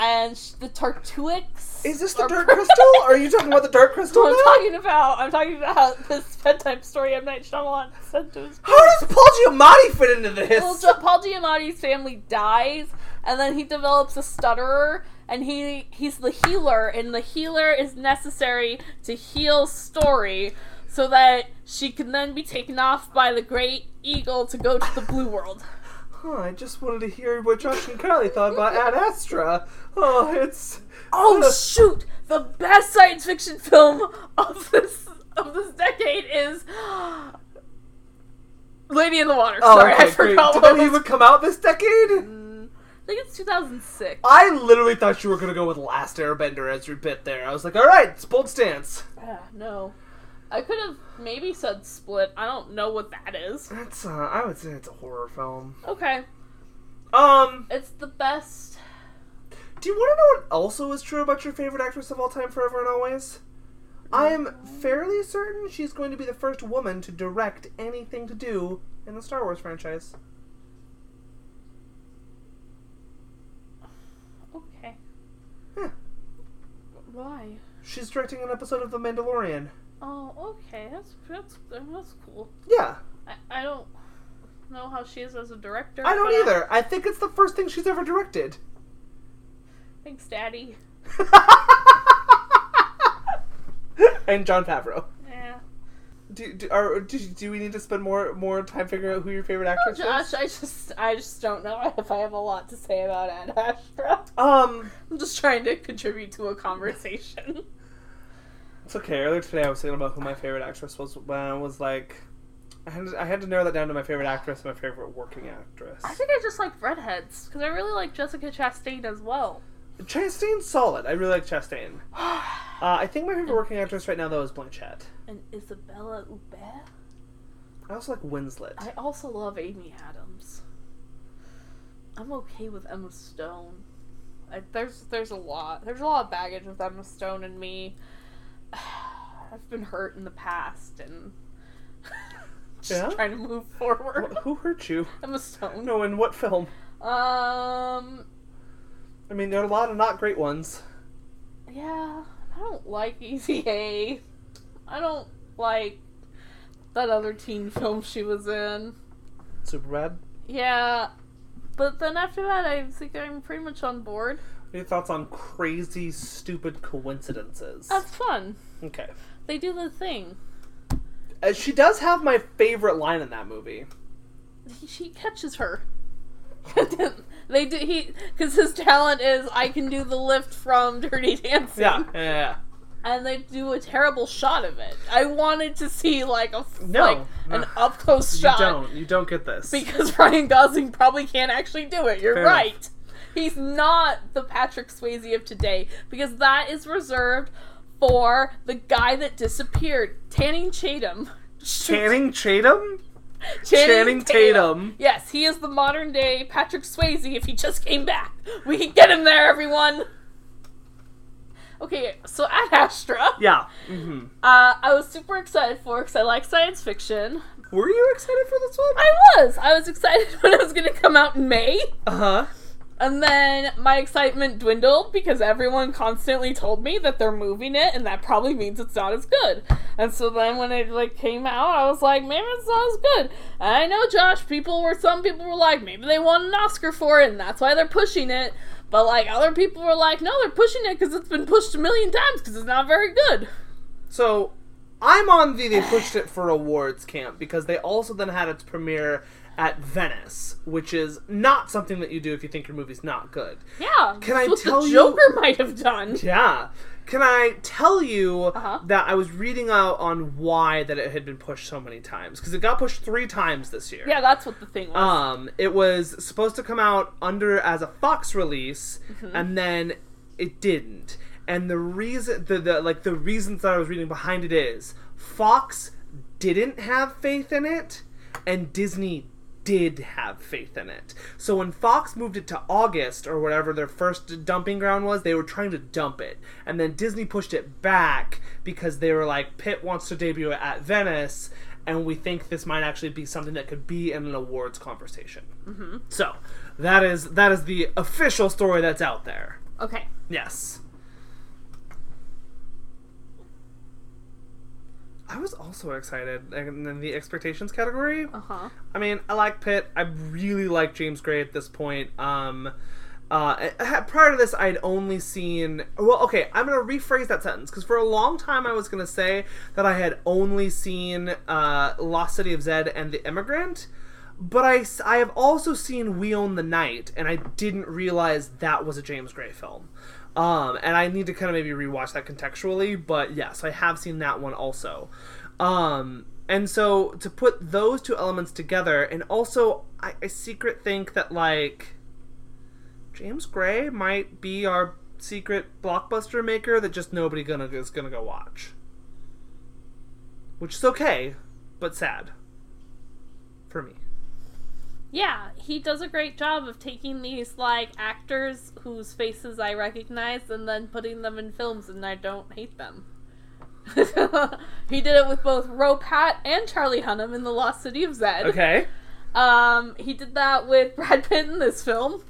and sh- the Tartuix.
is this the
are-
dark crystal? Are you talking about the dark crystal?
I'm
now?
talking about. I'm talking about this bedtime story M. Night Shyamalan sent to his.
How does Paul Giamatti fit into this?
Well, Jo- Paul Giamatti's family dies, and then he develops a stutterer, and he he's the healer, and the healer is necessary to heal Story, so that she can then be taken off by the Great Eagle to go to the Blue World.
Huh, I just wanted to hear what Josh and Carly thought about Ad Astra. Oh, it's.
Oh shoot! The best science fiction film of this of this decade is Lady in the Water.
Oh,
Sorry,
okay,
I forgot
great.
what
Did
it
that
was.
even come out this decade?
I think it's 2006.
I literally thought you were gonna go with Last Airbender as your bit there. I was like, all right, it's bold stance.
Ah, no, I could have maybe said Split. I don't know what that is.
That's. Uh, I would say it's a horror film.
Okay,
Um.
it's the best.
Do you want to know what also is true about your favorite actress of all time, forever and always? I am fairly certain she's going to be the first woman to direct anything to do in the Star Wars franchise.
Okay,
Huh.
why?
She's directing an episode of The Mandalorian.
Oh, okay, that's that's that's cool.
Yeah,
I, I don't know how she is as a director.
I don't
but
either. I think it's the first thing she's ever directed.
Thanks, Daddy.
and John Favreau.
Yeah.
Do, do, are, do, do we need to spend more more time figuring out who your favorite
Oh,
actress is?
Josh, I just, I just don't know if I have a lot to say about Ad Astra.
Um,
I'm just trying to contribute to a conversation.
It's okay. Earlier today, I was thinking about who my favorite actress was when I was like, I had to, I had to narrow that down to my favorite actress and my favorite working actress.
I think I just like redheads because I really like Jessica Chastain as well.
Chastain's solid. I really like Chastain. Uh, I think my
Mm.
favorite working actress right now though is Blanchett.
And Isabella Huppert.
I also like Winslet.
I also love Amy Adams. I'm okay with Emma Stone. I, there's there's a lot there's a lot of baggage with Emma Stone and me. I've been hurt in the past and just
Yeah?
trying to move forward.
Wh- Who hurt you?
Emma Stone.
No, in what film?
Um.
I mean, there are a lot of not great ones.
Yeah, I don't like Easy A. I don't like that other teen film she was in.
Super bad.
Yeah, but then after that, I think I'm pretty much on board.
What are your thoughts on crazy, stupid coincidences?
That's fun.
Okay.
They do the thing.
Uh, she does have my favorite line in that movie.
He, she catches her. they do he because his talent is I can do the lift from Dirty Dancing.
Yeah, yeah, yeah.
and they do a terrible shot of it. I wanted to see like a f-
No.
like an
Ugh.
up close
You
shot.
don't. You don't get this.
because Ryan Gosling probably can't actually do it. You're
Fair enough.
right. He's not the Patrick Swayze of today because that is reserved for the guy that disappeared, Tanning Chatham.
Channing Tatum. Channing Tatum.
Yes, he is the modern day Patrick Swayze if he just came back. We can get him there, everyone. Okay, so at Astra,
Yeah. hmm
uh, I was super excited for because I like science fiction.
Were you excited for this one?
I was. I was excited when it was going to come out in May.
Uh huh.
And then my excitement dwindled because everyone constantly told me that they're moving it, and that probably means it's not as good. And so then when it like came out, I was like, maybe it's not as good. And I know, Josh. People were some people were like, maybe they won an Oscar for it, and that's why they're pushing it. But like other people were like, no, they're pushing it because it's been pushed a million times because it's not very good.
So I'm on the they pushed it for awards camp because they also then had its premiere at Venice, which is not something that you do if you think your movie's not good.
Yeah,
Can I
that's what
tell
the
you-
Joker might have done?
Yeah. Can I tell you
Uh-huh.
that I was reading out on why that it had been pushed so many times? Because it got pushed three times this year.
Yeah, that's what the thing was.
Um, it was supposed to come out under as a Fox release, and then it didn't. And the reason, the, the like the reasons that I was reading behind it is Fox didn't have faith in it, and Disney did have faith in it. So when Fox moved it to August or whatever their first dumping ground was, they were trying to dump it. And then Disney pushed it back because they were like, Pitt wants to debut it at Venice, and we think this might actually be something that could be in an awards conversation. Mm-hmm. So that is that is the official story that's out there.
okay.
Yes. I was also excited and then the expectations category.
Uh huh.
I mean, I like Pitt. I really like James Gray at this point. Um, uh, I- I- prior to this, I'd only seen. Well, okay, I'm gonna rephrase that sentence because for a long time I was gonna say that I had only seen uh, Lost City of Zed and The Immigrant, but I s- I have also seen We Own the Night, and I didn't realize that was a James Gray film. Um, and I need to kind of maybe rewatch that contextually, but yes, I have seen that one also. Um, and so to put those two elements together, and also I, I secret think that like James Gray might be our secret blockbuster maker that just nobody gonna is gonna go watch, which is okay, but sad for me.
Yeah, he does a great job of taking these like actors whose faces I recognize and then putting them in films and I don't hate them. he did it with both Ro Pat and Charlie Hunnam in The Lost City of Zed.
Okay.
Um, he did that with Brad Pitt in this film.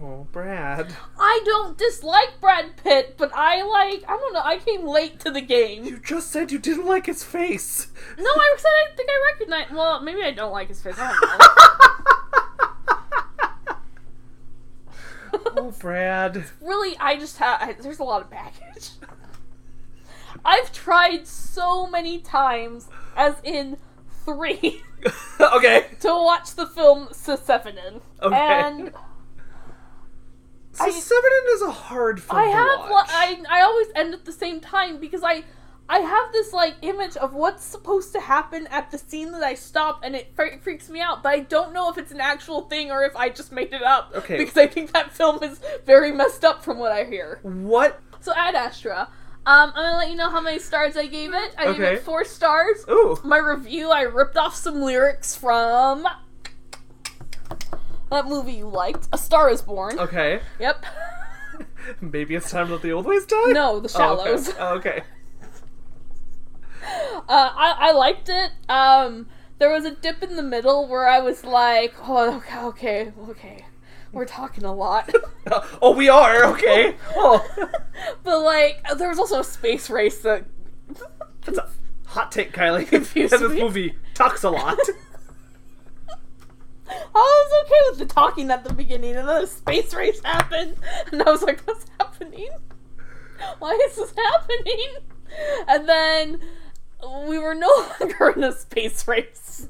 Oh, Brad.
I don't dislike Brad Pitt, but I like I don't know, I came late to the game.
You just said you didn't like his face.
No, I said I think I recognize well, maybe I don't like his face. I don't know.
Oh, Brad.
really i just have I, there's a lot of baggage i've tried so many times as in three
okay.
to watch the film Sissefanin.
Okay.
and
So Severin is a hard film
i
to
have
watch.
I, I always end at the same time because i I have this like image of what's supposed to happen at the scene that I stop, and it fre- freaks me out. But I don't know if it's an actual thing or if I just made it up.
Okay.
Because I think that film is very messed up from what I hear.
What?
So Ad Astra, um, I'm gonna let you know how many stars I gave it. I gave
Okay.
it four stars.
Ooh.
My review, I ripped off some lyrics from that movie you liked, A Star Is Born.
Okay.
Yep.
Maybe it's time to let the old ways die?
No, The
Oh, okay.
Shallows.
Oh, okay.
uh, I, I liked it. Um, there was a dip in the middle where I was like, oh, okay, okay, okay. We're talking a lot.
Oh, we are. Okay. Oh,
but, like, there was also a space race that.
that's a hot take, Kylie.
Confused
and this
me.
movie talks a lot.
I Oh, was okay with the talking at the beginning, and then a space race happened, and I was like, what's happening? Why is this happening? And then we were no longer in a space race.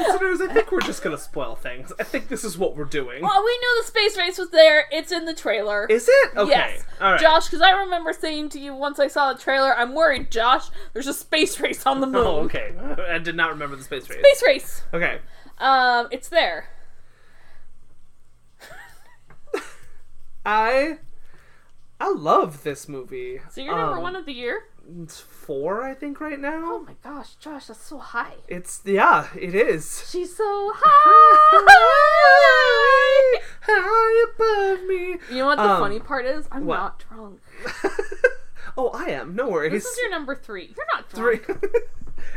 Listeners, I think we're just gonna spoil things. I think this is what we're doing.
Well, Oh, we knew the space race was there, it's in the trailer.
Is it? Okay.
Yes,
All right.
Josh, because I remember saying to you once I saw the trailer, I'm worried, Josh. There's a space race on the moon.
Oh, okay. I did not remember the space race.
Space race.
Okay.
Um, it's there.
I I love this movie.
So you're number
Um,
one of the year.
It's four, I think, right
Oh
now.
my gosh, Josh, that's so high.
It's yeah, it is.
She's so high.
High above me.
you know what the
Um,
funny part is? I'm
what?
not drunk.
oh, I am. No
This
worries.
is your number three. You're not
three.
drunk.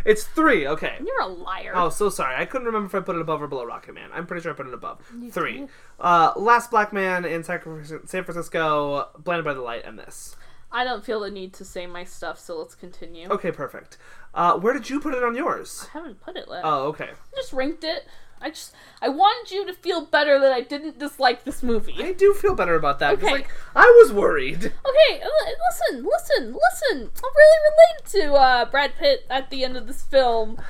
it's three. Okay.
You're a liar.
Oh, so sorry. I couldn't remember if I put it above or below Rocket Man. I'm pretty sure I put it above. three.
did.
Uh, Last Black Man in Sacri- San Francisco, Blinded by the Light, and this.
I don't feel the need to say my stuff, so let's continue.
Okay, perfect. Uh, where did you put it on yours?
I haven't put it yet.
Oh, okay.
I just ranked it. I just I wanted you to feel better that I didn't dislike this movie.
I do feel better about that. 'cause,
Okay.
Like, I was worried.
Okay, l- listen, listen, listen. I'm really related to uh, Brad Pitt at the end of this film,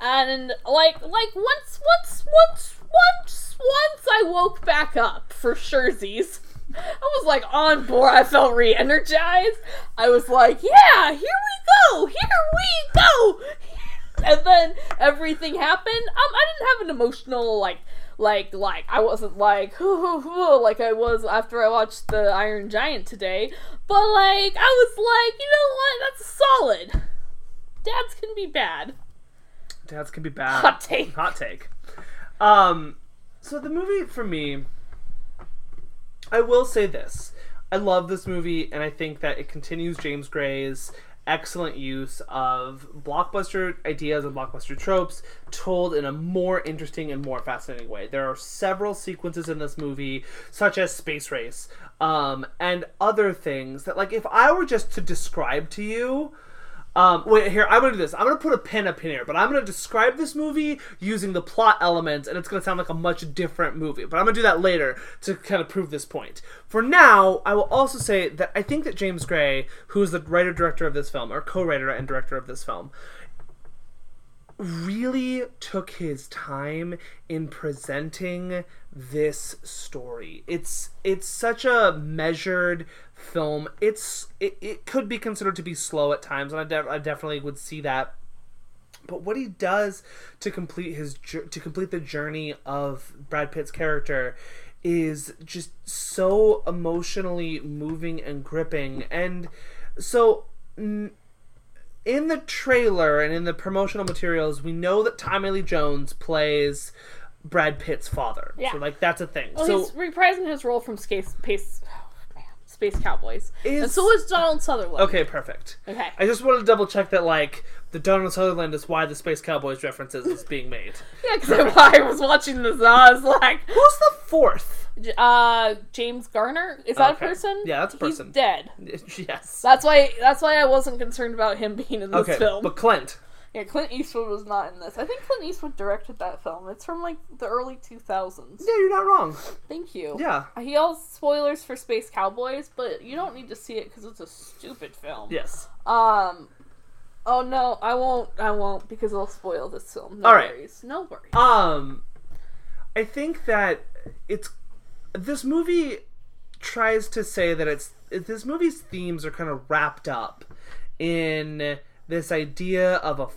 and like, like once, once, once, once, once I woke back up for surezies. I was like on board. I felt re-energized. I was like, yeah, here we go, here we go. And then everything happened. Um, I didn't have an emotional like. Like, like I wasn't like like I was after I watched the Iron Giant today, but like I was like, you know what? That's solid. Dads can be bad.
Dads can be bad.
Hot take.
Hot take. Um, so the movie for me, I will say this: I love this movie, and I think that it continues James Gray's excellent use of blockbuster ideas and blockbuster tropes told in a more interesting and more fascinating way. There are several sequences in this movie, such as Space Race, um, and other things that, like, if I were just to describe to you, um, wait, here, I'm gonna do this. I'm gonna put a pin up in here, but I'm gonna describe this movie using the plot elements, and it's gonna sound like a much different movie. But I'm gonna do that later to kind of prove this point. For now, I will also say that I think that James Gray, who is the writer director of this film, or co writer and director of this film, really took his time in presenting this story. It's it's such a measured film. It's it, it could be considered to be slow at times, and I, def- I definitely would see that but what he does to complete his jour- to complete the journey of Brad Pitt's character is just so emotionally moving and gripping and so n- in the trailer and in the promotional materials we know that Tommy Lee Jones plays Brad Pitt's father.
Yeah.
So like that's a thing.
Well,
so
Oh, he's reprising his role from Space, Space, oh, man, Space Cowboys, and
Is-
so is Donald Sutherland.
Okay, perfect.
Okay.
I just wanted to double check that like the Donald Sutherland is why the Space Cowboys references is being made.
Yeah, because I was watching this, and I was like,
Who's the fourth?
uh, James Garner is that
Okay.
a person?
Yeah, that's a person.
He's dead.
yes.
That's why. That's why I wasn't concerned about him being in this
Okay,
film.
but Clint.
Yeah, Clint Eastwood was not in this. I think Clint Eastwood directed that film. It's from like the early 2000s.
Yeah, you're not wrong.
Thank you. Uh,
Yeah.
He yells spoilers for Space Cowboys, but you don't need to see it because it's a stupid film.
Yes.
Um. Oh no, I won't. I won't because I'll spoil this film. No
All right.
worries. No worries.
Um, I think that it's this movie tries to say that it's it- this movie's themes are kind of wrapped up in this idea of a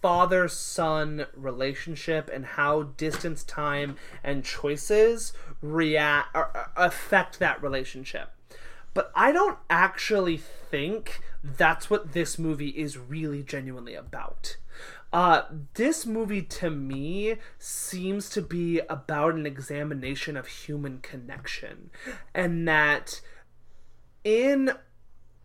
father son relationship and how distance, time, and choices react or, or affect that relationship. But I don't actually think that's what this movie is really genuinely about. Uh, this movie to me seems to be about an examination of human connection, and that in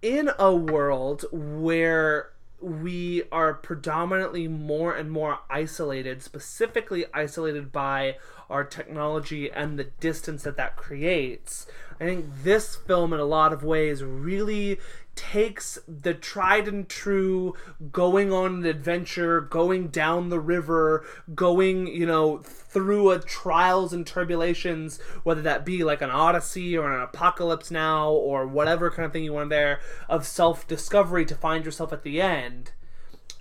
in a world where we are predominantly more and more isolated, specifically isolated by our technology and the distance that that creates. I think this film, in a lot of ways, really takes the tried and true going on an adventure, going down the river, going, you know, through a trials and tribulations, whether that be like an odyssey or an apocalypse now or whatever kind of thing you want there, of self discovery to find yourself at the end.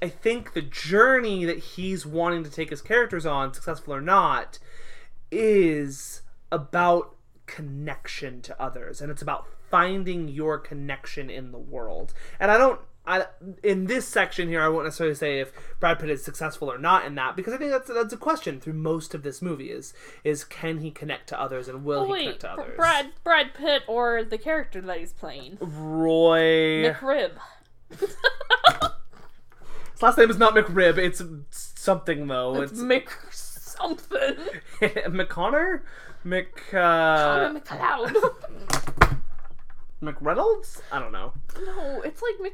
I think the journey that he's wanting to take his characters on, successful or not, is about connection to others and it's about finding your connection in the world. And I don't I in this section here I won't necessarily say if Brad Pitt is successful or not in that because I think that's that's a question through most of this movie is is can he connect to others and will
Oh,
he connect
wait,
to
Br-
others?
Brad Brad Pitt or the character that he's playing,
Roy
McRib.
His last name is not McRib, it's something though. It's
Mc something.
McConnor? Mc uh,
Connor McLeod.
McReynolds? I don't know.
no, it's like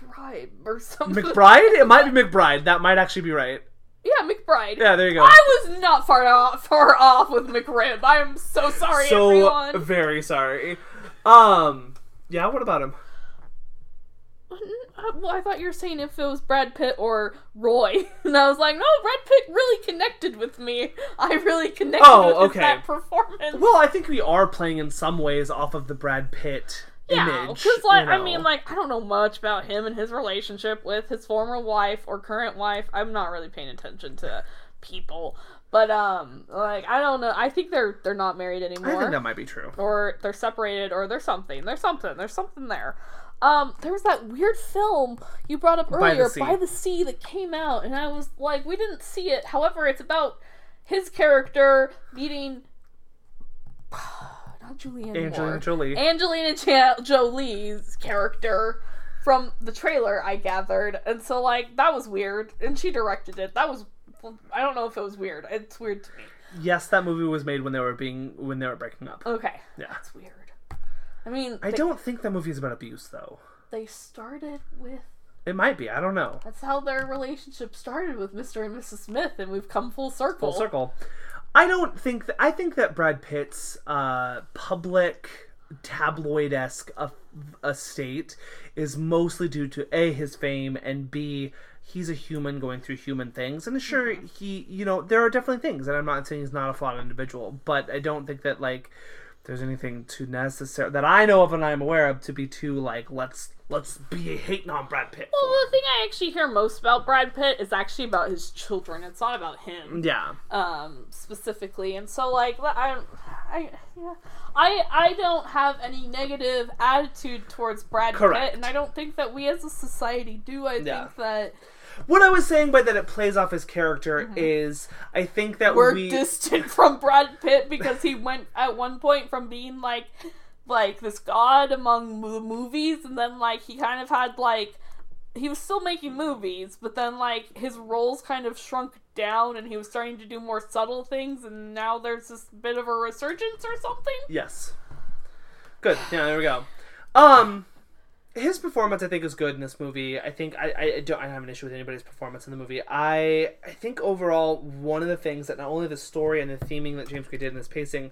McBride or something.
McBride? It might be McBride. That might actually be right.
yeah, McBride.
Yeah, there you go.
I was not far off, far off with McRib. I am so sorry,
so
everyone.
very sorry. Um, yeah. What about him?
Uh, Well, I thought you were saying if it was Brad Pitt or Roy, and I was like, no, Brad Pitt really connected with me. I really connected
Oh,
with
okay.
that performance.
Well, I think we are playing in some ways off of the Brad Pitt
yeah,
image.
because like
you
I
know.
mean, like I don't know much about him and his relationship with his former wife or current wife. I'm not really paying attention to people, but um, like I don't know. I think they're they're not married
I
anymore,
think that might be true.
or they're separated, or there's something. There's something. There's something there. Um, there was that weird film you brought up
the
earlier,
Sea.
By the Sea, that came out, and I was like, we didn't see it. However, it's about his character meeting. Not Julianne
Angelina
Moore.
Jolie.
Angelina Jo- Jolie's character from the trailer I gathered. And so like that was weird and she directed it. That was I don't know if it was weird. It's weird to me.
yes, that movie was made when they were being when they were breaking up.
Okay.
Yeah.
That's weird. I mean,
I
they,
don't think that movie is about abuse, though.
they started with
It might be. I don't know.
that's how their relationship started with Mr. and Mrs. Smith and we've come full circle.
Full circle. I don't think that. I think that Brad Pitt's uh, public tabloid esque estate is mostly due to a his fame and b he's a human going through human things and sure he you know there are definitely things and i'm not saying he's not a flawed individual but i don't think that like there's anything too necessary that i know of and i'm aware of to be too like let's let's be hating on brad pitt
Well, the thing I actually hear most about Brad Pitt is actually about his children. It's not about him.
yeah
um, specifically, and so like I, I, yeah, I, I don't have any negative attitude towards Brad
Correct.
Pitt, and I don't think that we as a society do. I
Yeah.
think that
what i was saying by that it plays off his character is i think that
we're
we
distant from Brad Pitt because he went at one point from being like, like this god among the movies, and then like he kind of had like. He was still making movies, but then like his roles kind of shrunk down, and he was starting to do more subtle things. And now there's this bit of a resurgence or something.
Yes. Good. Yeah, there we go. Um, his performance, I think, is good in this movie. I think I, I- I don't I don't have an issue with anybody's performance in the movie. I I think overall one of the things that not only the story and the theming that James Gray did in this pacing,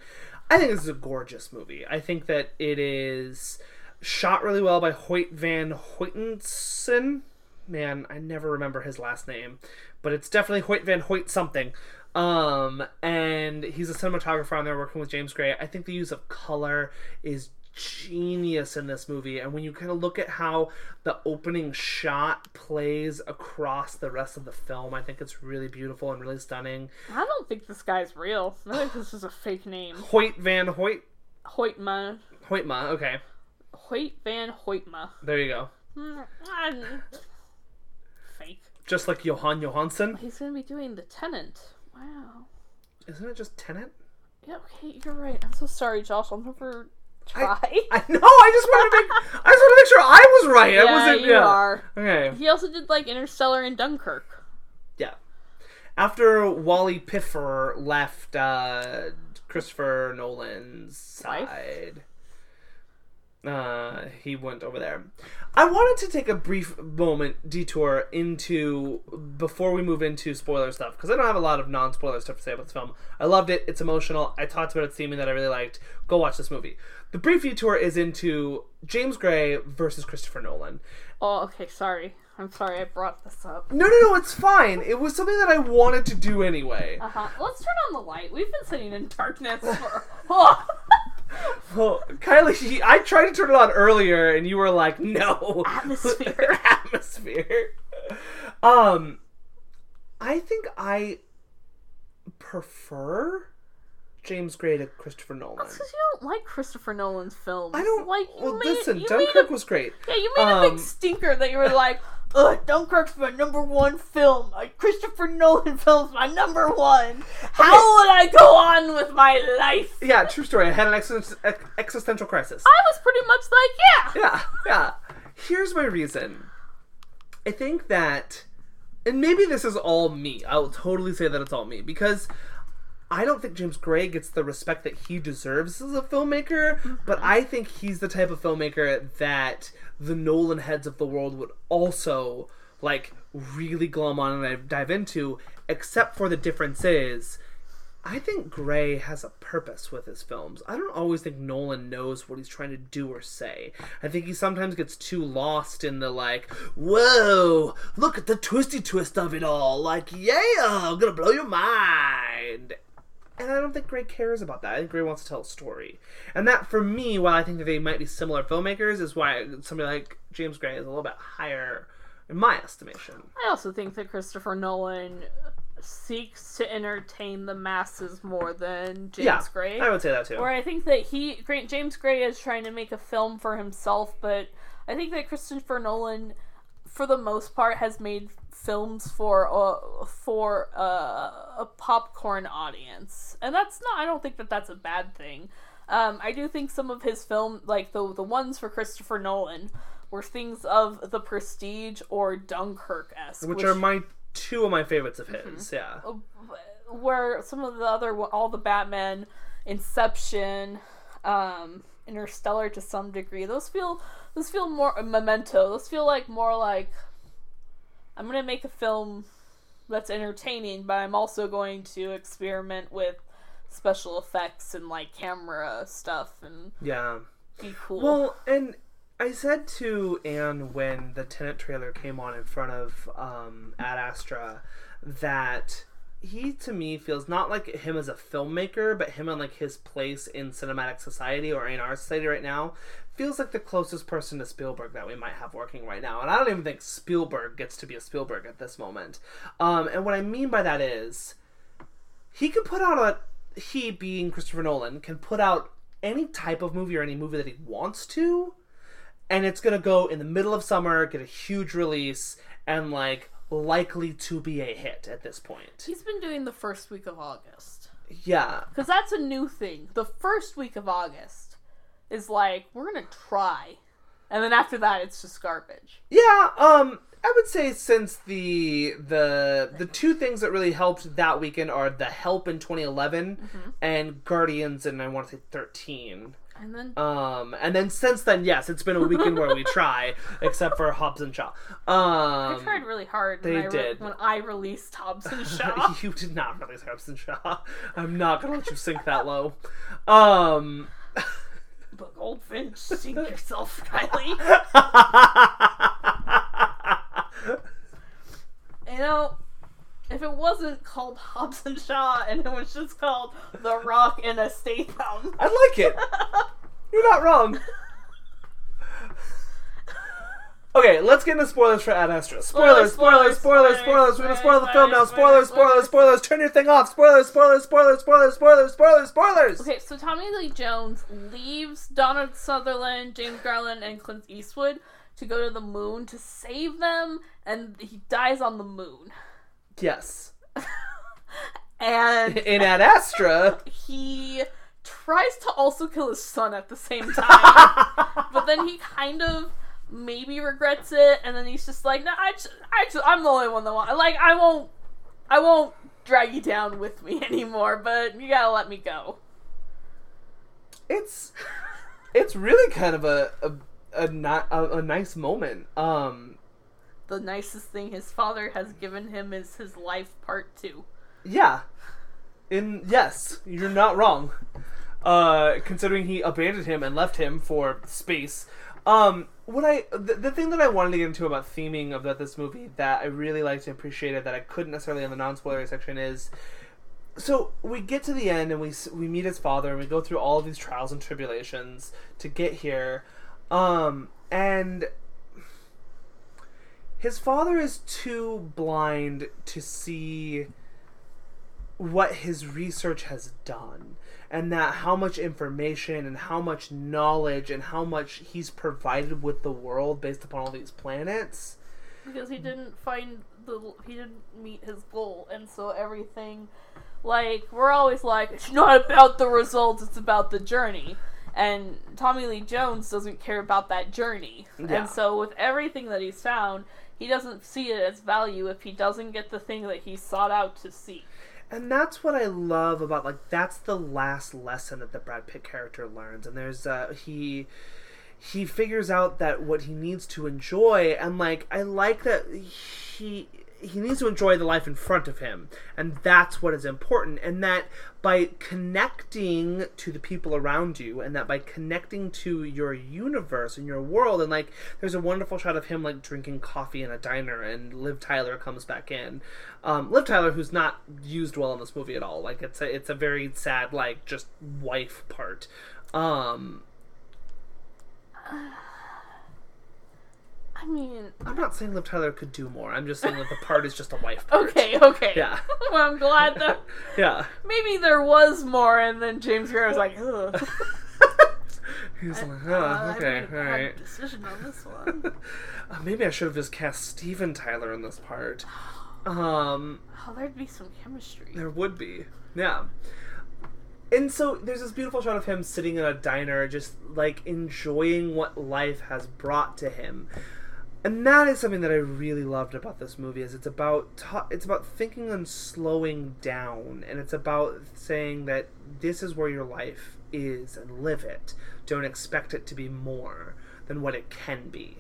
I think this is a gorgeous movie. I think that it is shot really well by Hoyt Van Hoytenson. Man, I never remember his last name, but it's definitely Hoyt Van Hoyt something. Um, and he's a cinematographer on there working with James Gray. I think the use of color is genius in this movie. And when you kind of look at how the opening shot plays across the rest of the film, I think it's really beautiful and really stunning.
I don't think this guy's real. I think this is a fake name.
Hoyt Van Hoyt
Hoytma.
Hoytma, okay.
Hoyt Van Hoytma.
There you go.
Mm, I'm- Fake.
Just like Johan Johansson.
He's gonna be doing the tenant. Wow.
Isn't it just Tenant?
Yeah, okay, you're right. I'm so sorry, Josh. I'll never try.
I know. I just want to make. I just want to make sure I was right. I
yeah,
wasn't.
you
yeah.
are.
Okay.
He also did like Interstellar and Dunkirk.
Yeah. After Wally Piffer left uh, Christopher Nolan's
Wife?
side, uh, he went over there. I wanted to take a brief moment detour into before we move into spoiler stuff because I don't have a lot of non-spoiler stuff to say about this film. I loved it. It's emotional. I talked about its theming that I really liked. Go watch this movie. The brief detour is into James Gray versus Christopher Nolan.
Oh, okay, sorry. I'm sorry I brought this up.
No, no, no, it's fine. It was something that I wanted to do anyway.
Uh-huh. Let's turn on the light. We've been sitting in darkness for
Well, Kylie, she- I tried to turn it on earlier, and you were like, "No,
Atmosphere.
atmosphere." Um, I think I prefer James Gray to Christopher Nolan.
That's because you don't like Christopher Nolan's films.
I don't
like. You
Well,
made,
listen,
you made
Dunkirk
a,
was great.
yeah, you made a
um,
big stinker that you were like, "Ugh, Dunkirk's my number one film. My Christopher Nolan film's my number one. How would I go on with my life?"
Yeah, true story. I had an existen- ex- existential crisis.
I was pretty much like, "Yeah."
yeah, yeah. Here's my reason. I think that, and maybe this is all me. I will totally say that it's all me because I don't think James Gray gets the respect that he deserves as a filmmaker. But I think he's the type of filmmaker that the Nolan heads of the world would also like really glom on and dive into. Except for the difference is. I think Gray has a purpose with his films. I don't always think Nolan knows what he's trying to do or say. I think he sometimes gets too lost in the like, whoa, look at the twisty twist of it all. Like, yeah, I'm gonna blow your mind. And I don't think Gray cares about that. I think Gray wants to tell a story. And that, for me, while I think that they might be similar filmmakers, is why somebody like James Gray is a little bit higher in my estimation.
I also think that Christopher Nolan seeks to entertain the masses more than James
yeah,
Gray.
I would say that too.
Where I think that he, Grant James Gray, is trying to make a film for himself, but I think that Christopher Nolan, for the most part, has made films for a for a, a popcorn audience, and that's not. I don't think that that's a bad thing. Um, I do think some of his film, like the the ones for Christopher Nolan, were things of The Prestige or Dunkirk esque,
which, are my two of my favorites of
Mm-hmm.
his. Yeah.
where some of the other all the Batman, Inception, um, Interstellar to some degree. Those feel those feel more uh, Memento. Those feel like more like I'm gonna make a film that's entertaining, but I'm also going to experiment with special effects and like camera stuff and
Yeah.
be cool.
Well, and I said to Anne when the Tenant trailer came on in front of um, Ad Astra that he to me feels not like him as a filmmaker, but him and like his place in cinematic society or in our society right now feels like the closest person to Spielberg that we might have working right now. And I don't even think Spielberg gets to be a Spielberg at this moment. Um, and what I mean by that is he can put out a he being Christopher Nolan can put out any type of movie or any movie that he wants to and it's going to go in the middle of summer get a huge release and like likely to be a hit at this point
He's been doing the first week of August.
yeah
Because that's a new thing. The first week of August is like, we're going to try. And then after that, it's just garbage.
yeah um i would say since the the the two things that really helped that weekend are the help in 2011 and guardians and i want to say 13
And then
Um, and then since then, yes, it's been a weekend where we try, except for Hobbs and Shaw. Um,
I tried really hard
they
when, I re-
did.
when I released Hobson Shaw.
you did not release Hobbs and Shaw. I'm not gonna let you sink that low. Um,
but Goldfinch, sink yourself, Kylie. You know, if it wasn't called Hobson Shaw and it was just called The Rock and a Statham,
I like it. You're not wrong. Okay, let's get into spoilers for Ad Astra. Spoilers, spoilers, spoilers,
Spoilers,
spoilers.
spoilers,
We're gonna spoil the
spoilers,
film now. Spoilers,
spoilers,
spoilers,
spoilers.
spoilers. Turn your thing off. Spoilers, spoilers, spoilers, spoilers, spoilers, spoilers, spoilers.
Okay, so Tommy Lee Jones leaves Donald Sutherland, James Garland, and Clint Eastwood to go to the moon to save them, and he dies on the moon.
Yes.
And
In Ad Astra,
he tries to also kill his son at the same time, but then he kind of maybe regrets it, and then he's just like, "No, I, just, I just, I'm the only one that want. Like, I won't, I won't drag you down with me anymore. But you gotta let me go."
it's it's really kind of a a a, ni- a, a nice moment. Um,
the nicest thing his father has given him is his life part two.
yeah. In yes, you're not wrong. Uh, considering he abandoned him and left him for space. Um, what I the, the thing that I wanted to get into about theming of that this movie that I really liked and appreciated that I couldn't necessarily in the non spoiler section is so we get to the end and we s- we meet his father and we go through all of these trials and tribulations to get here um and his father is too blind to see what his research has done and that how much information and how much knowledge and how much he's provided with the world based upon all these planets
Because he didn't find the he didn't meet his goal, and so everything like we're always like, it's not about the results, it's about the journey. And Tommy Lee Jones doesn't care about that journey.
Yeah.
And so with everything that he's found, he doesn't see it as value if he doesn't get the thing that he sought out to seek.
and that's what I love about like that's the last lesson that the Brad Pitt character learns, and there's uh, he he figures out that what he needs to enjoy, and like I like that he he needs to enjoy the life in front of him, and that's what is important, and that by connecting to the people around you, and that by connecting to your universe and your world, and like there's a wonderful shot of him like drinking coffee in a diner, and Liv Tyler comes back in, um, Liv Tyler, who's not used well in this movie at all. Like it's a it's a very sad like just wife part. Um,
I mean,
I'm not saying Liv Tyler could do more. I'm just saying that the part is just a wife part.
okay, okay.
Yeah.
well, I'm glad that
Yeah.
maybe there was more, and then James Garrett was like, ugh.
He's like,
Uh, I
oh, okay,
made a
all
bad
right.
Decision on this one.
Uh, maybe I should have just cast Steven Tyler in this part. Um,
oh, there'd be some chemistry.
There would be. Yeah. And so there's this beautiful shot of him sitting in a diner, just like enjoying what life has brought to him. And that is something that I really loved about this movie is it's about ta- it's about thinking and slowing down and it's about saying that this is where your life is and live it. Don't expect it to be more than what it can be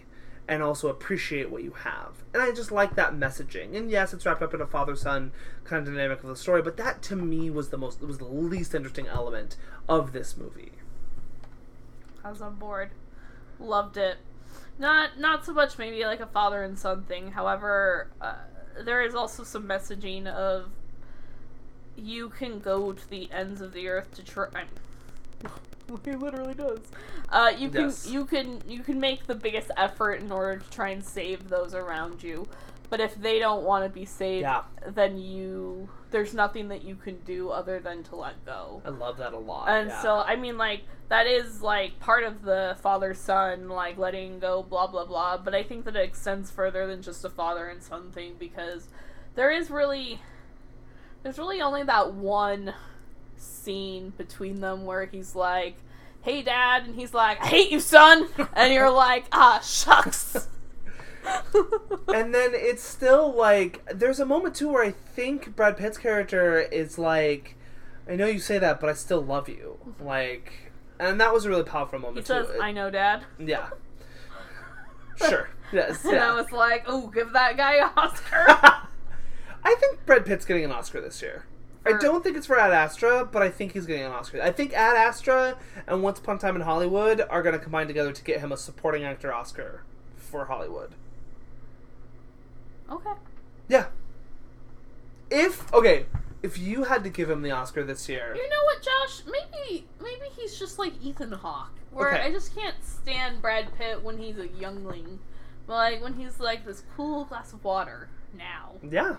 and also appreciate what you have. And I just like that messaging. And yes, it's wrapped up in a father son kind of dynamic of the story, but that to me was the most was the least interesting element of this movie.
I was on board. Loved it. Not not so much maybe like a father and son thing. However, uh, there is also some messaging of you can go to the ends of the earth to try. He literally does. Uh, you can
Yes.
you can you can make the biggest effort in order to try and save those around you, but if they don't want to be saved,
Yeah.
then you there's nothing that you can do other than to let go.
I love that a lot.
And
yeah.
so, I mean, like, that is, like, part of the father son, like, letting go, blah, blah, blah. But I think that it extends further than just a father and son thing because there is really. There's really only that one scene between them where he's like, hey, dad. And he's like, I hate you, son. And you're like, ah, shucks.
and then it's still like there's a moment too where I think Brad Pitt's character is like, I know you say that, but I still love you. Like, and that was a really powerful
Mm-hmm. he
moment too.
says, I know, dad.
yeah. Sure. Yes.
And
yeah.
I was like, oh, give that guy an Oscar.
I think Brad Pitt's getting an Oscar this year. I
For-
don't think it's for Ad Astra, but I think he's getting an Oscar. I think Ad Astra and Once Upon a Time in Hollywood are going to combine together to get him a supporting actor Oscar for Hollywood.
okay.
Yeah. If okay, if you had to give him the Oscar this year,
You know what, Josh? Maybe maybe he's just like Ethan Hawke, where
Okay.
I just can't stand Brad Pitt when he's a youngling, Like when he's like this cool glass of water now.
Yeah,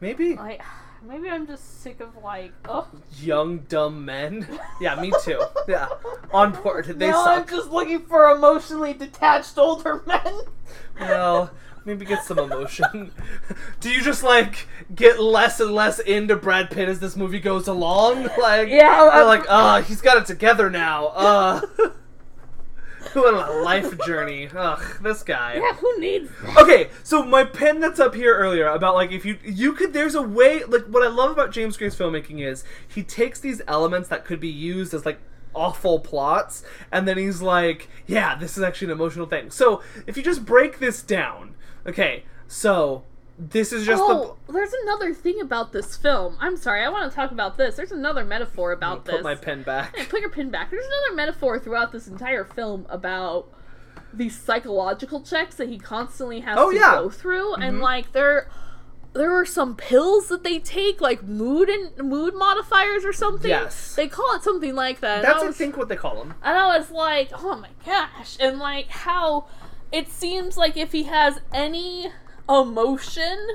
maybe.
Like maybe I'm just sick of like oh
Young dumb men. Yeah, me too. Yeah, on board. They
now I'm
suck.
just looking for emotionally detached older men.
Well, maybe get some emotion. Do you just like get less and less into Brad Pitt as this movie goes along? Like,
Yeah,
you're
I'm-
like, uh, he's got it together now. Uh, what a life journey. Ugh, this guy.
Yeah, who needs that?
Okay, so my pen that's up here earlier about like if you you could there's a way like what I love about James Gray's filmmaking is he takes these elements that could be used as like awful plots and then he's like, yeah, this is actually an emotional thing. So, if you just break this down. Okay. So, this is just
Oh, there's another thing about this film. I'm sorry, I want to talk about this. There's another metaphor
the
about
put
this.
my pen
Hey,
back.
put your pin back. There's another metaphor throughout this entire film about these psychological checks that he constantly has
Oh,
to
yeah. Mm-hmm.
go through, and like there, there are some pills that they take, like mood and mood modifiers or something.
Yes.
they call it something like that.
That's
and I
I
was,
think what they call him.
and I was like, oh my gosh, and like how it seems like if he has any emotion,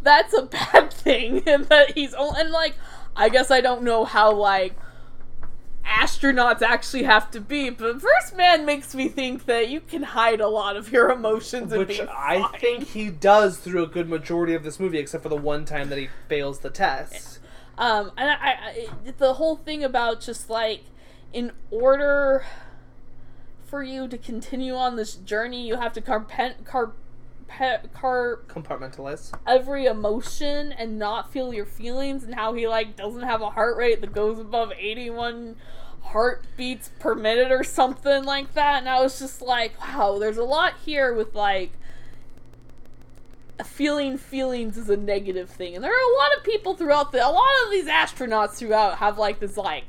that's a bad thing, and that he's only and like I guess I don't know how like astronauts actually have to be, but First Man makes me think that you can hide a lot of your emotions and
Which
be
I
fine.
think he does through a good majority of this movie, except for the one time that he fails the test.
Um, and I, I, I- the whole thing about just like, in order for you to continue on this journey, you have to carpent, carp, carp
Compartmentalize.
every emotion and not feel your feelings, and how he like doesn't have a heart rate that goes above eighty-one heartbeats per minute or something like that. And I was just like, wow, there's a lot here with like. Feeling feelings is a negative thing, and there are a lot of people throughout the. A lot of these astronauts throughout have like this like,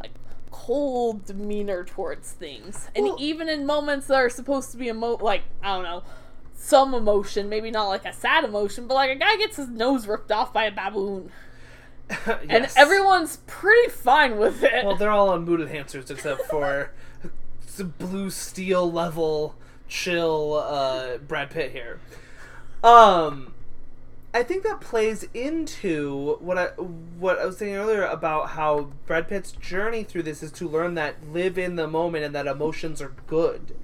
like cold demeanor towards things, and
Well-
even in moments that are supposed to be emo like I don't know, some emotion, maybe not like a sad emotion, but like a guy gets his nose ripped off by a baboon, and
Yes.
everyone's pretty fine with it.
Well, they're all on mood enhancers except for s- blue steel level chill uh, Brad Pitt here. Um, I think that plays into what I what I was saying earlier about how Brad Pitt's journey through this is to learn that live in the moment and that emotions are good.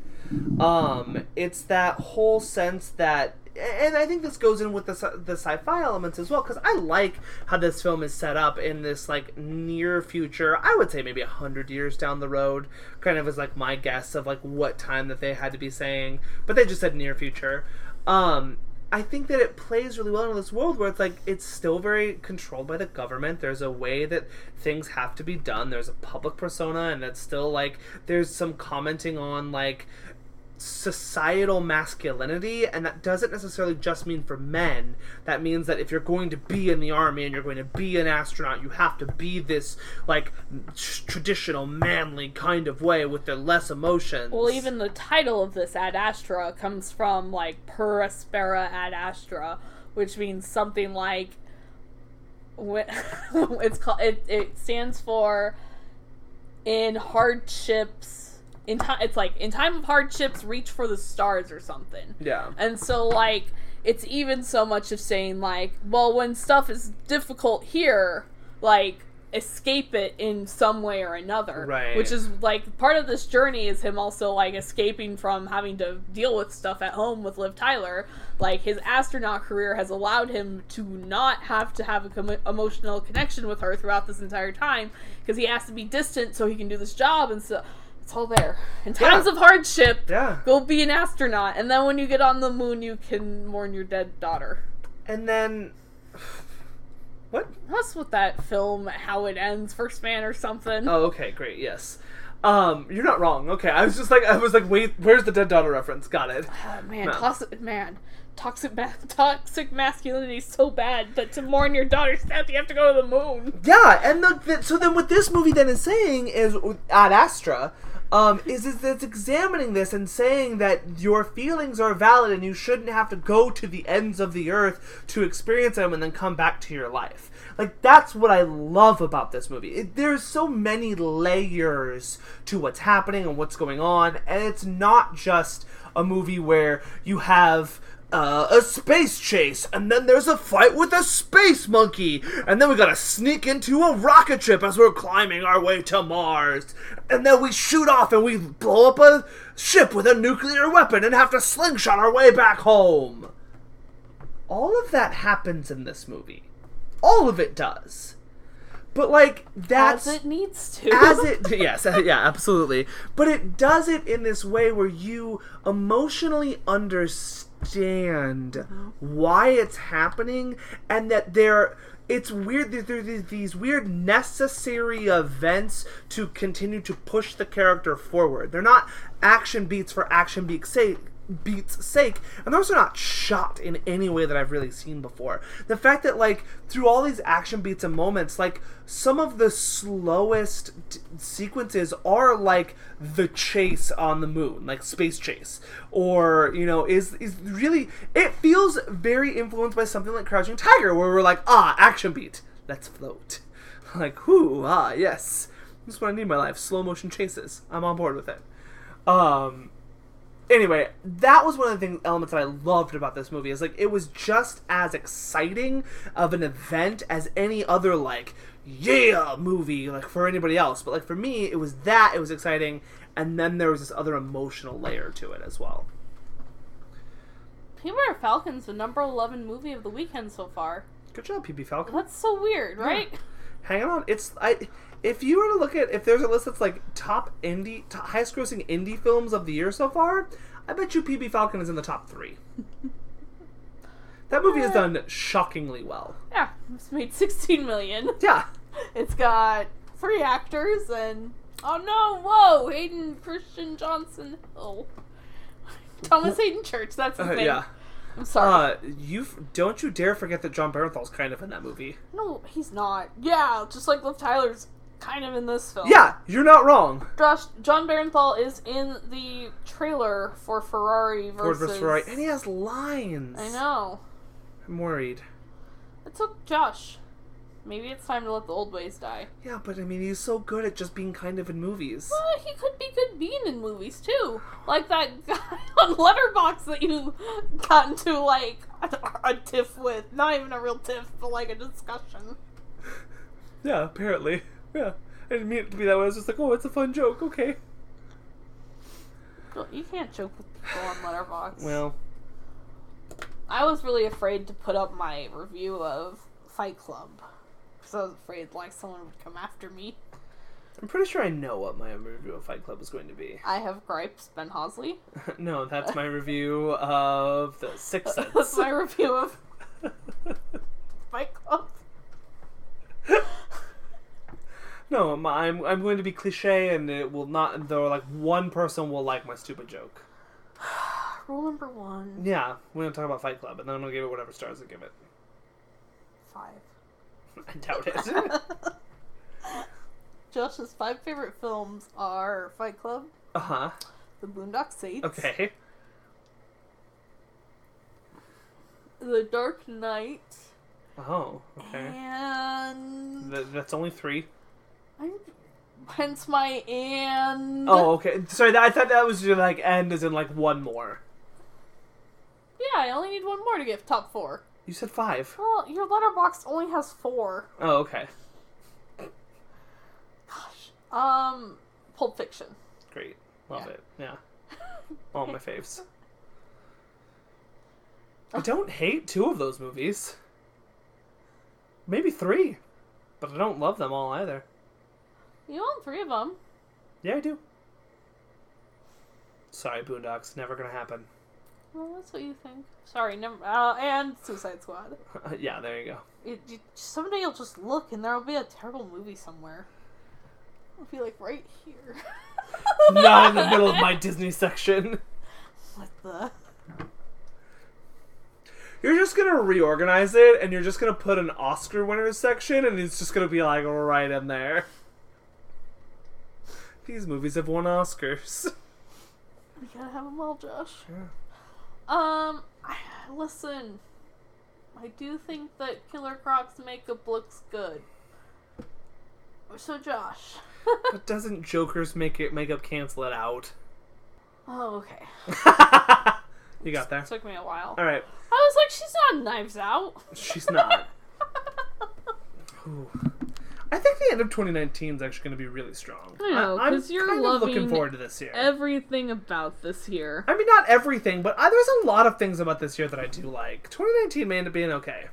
Um, it's that whole sense that, and I think this goes in with the sci- the sci-fi elements as well because I like how this film is set up in this like near future. I would say maybe a hundred years down the road, kind of is like my guess of like what time that they had to be saying, but they just said near future. Um, I think that it plays really well in this world where it's like it's still very controlled by the government. There's a way that things have to be done. There's a public persona, and that's still like there's some commenting on like societal masculinity and that doesn't necessarily just mean for men that means that if you're going to be in the army and you're going to be an astronaut you have to be this like tr- traditional manly kind of way with their less emotions
Well, even the title of this Ad Astra comes from like Per Aspera Ad Astra, which means something like wh- it's called. It, it stands for in hardships. In time, it's like in time of hardships, reach for the stars or something.
yeah
And so like it's even so much of saying like, well, when stuff is difficult here, like escape it in some way or another.
Right.
Which is like part of this journey is him also like escaping from having to deal with stuff at home with Liv Tyler. Like his astronaut career has allowed him to not have to have a com- emotional connection with her throughout this entire time because he has to be distant so he can do this job and so it's all there. In times of hardship,
yeah
Go be an astronaut, and then when you get on the moon, you can mourn your dead daughter.
and then what
That's what that film, how it ends, First Man or something.
Oh, okay, great. Yes. Um, you're not wrong. Okay, I was just like, I was like, wait, where's the dead daughter reference? Got it.
Ah, man,
No.
toxic man, toxic ma- toxic masculinity is so bad that to mourn your daughter's death, you have to go to the moon.
Yeah, and the, the, so then what this movie then is saying is ad Astra, um, is it's, it's examining this and saying that your feelings are valid and you shouldn't have to go to the ends of the earth to experience them and then come back to your life. Like that's what I love about this movie. It, there's so many layers to what's happening and what's going on, and it's not just a movie where you have uh, a space chase, and then there's a fight with a space monkey, and then we gotta sneak into a rocket ship as we're climbing our way to Mars, and then we shoot off and we blow up a ship with a nuclear weapon and have to slingshot our way back home. All of that happens in this movie. All of it does. But like that's
as it needs to.
as it yes uh, yeah absolutely but it does it in this way where you emotionally understand why it's happening and that there it's weird that there are these- these weird necessary events to continue to push the character forward they're not action beats for action beats sake beats sake and they're also not shot in any way that i've really seen before the fact that like through all these action beats and moments like some of the slowest t- sequences are like the chase on the moon like space chase or you know is is really it feels very influenced by something like crouching tiger where we're like ah action beat let's float like whoo ah yes this is what i need in my life slow motion chases i'm on board with it um anyway, that was one of the things, elements that I loved about this movie is like it was just as exciting of an event as any other like yeah movie like for anybody else, but like for me it was that it was exciting, and then there was this other emotional layer to it as well.
Peter Falcon's the number eleven movie of the weekend so far.
Good job, PB Falcon.
That's so weird, right?
Hang on, it's I. If you were to look at if there's a list that's like top indie, to highest grossing indie films of the year so far, I bet you PB Falcon is in the top three. that movie has done shockingly well.
Yeah, it's made sixteen million.
Yeah.
It's got three actors and oh no, whoa, Hayden Christian Johnson Hill, Thomas Hayden Church. That's his
Uh,
name.
yeah.
I'm sorry.
Uh, you f- don't you dare forget that John Barenthal's kind of in that movie.
no, he's not. Yeah, just like Liv Tyler's kind of in this film.
Yeah, you're not wrong.
Josh, John Barenthal is in the trailer for Ferrari
Ford
versus.
versus Ferrari, and he has lines.
I know.
I'm worried.
It took Josh. Maybe it's time to let the old ways die.
Yeah, but I mean, he's so good at just being kind of in movies.
Uh, he could be good being in movies too, like that guy on Letterbox that you got into like a, a tiff with. Not even a real tiff, but like a discussion.
Yeah, apparently. Yeah, I didn't mean it to be that way. I was just like, oh, it's a fun joke. Okay.
Don't- You can't joke with people on Letterbox.
Well,
I was really afraid to put up my review of Fight Club because I was afraid like someone would come after me.
I'm pretty sure I know what my review of Fight Club is going to be.
I have gripes, Ben Hosley.
no, that's my review of The Sixth
That's
Sense.
my review of Fight Club.
no, my, I'm I'm going to be cliche, and it will not. Though, like one person will like my stupid joke.
Rule number one,
Yeah, we're gonna talk about Fight Club, and then I'm gonna give it whatever stars I give it.
five.
I doubt it.
Josh's five favorite films are Fight Club,
uh huh.
The Boondock Saints,
Okay.
The Dark Knight,
Oh, okay.
and
Th- that's only three.
I'm, hence my and
Oh, okay. Sorry, that, I thought that was your like end, as in like one more.
yeah. I only need one more to get top four.
You said five.
Well, your letterbox only has four.
Oh, okay.
Gosh. Um, Pulp Fiction.
Great. Love
Yeah.
it. Yeah. All my faves. I don't hate two of those movies. Maybe three, but I don't love them all either.
You own three of them.
Yeah, I do. Sorry, Boondocks. Never gonna happen.
Well, that's what you think. Sorry, never. Uh, and Suicide Squad.
yeah, there you go.
It, you, someday you'll just look and there'll be a terrible movie somewhere. It'll be like right here.
Not in the middle of my Disney section.
What the?
You're just gonna reorganize it, and you're just gonna put an Oscar winners section, and it's just gonna be like right in there. These movies have won Oscars.
We gotta have them all, Josh.
Sure.
Um, I- listen, I do think that Killer Croc's makeup looks good. So, Josh.
but doesn't Joker's make it makeup cancel it out?
oh, okay.
you got that?
Took me a while.
All right.
I was like, she's not Knives Out.
She's not. Ooh. I think the end of 2019 is actually going to be really strong.
I know,
I'm
'cause you're
kind of looking
loving
forward to this year.
Everything about this year.
I mean, not everything, but I, there's a lot of things about this year that I do like. 2019 may end up being okay.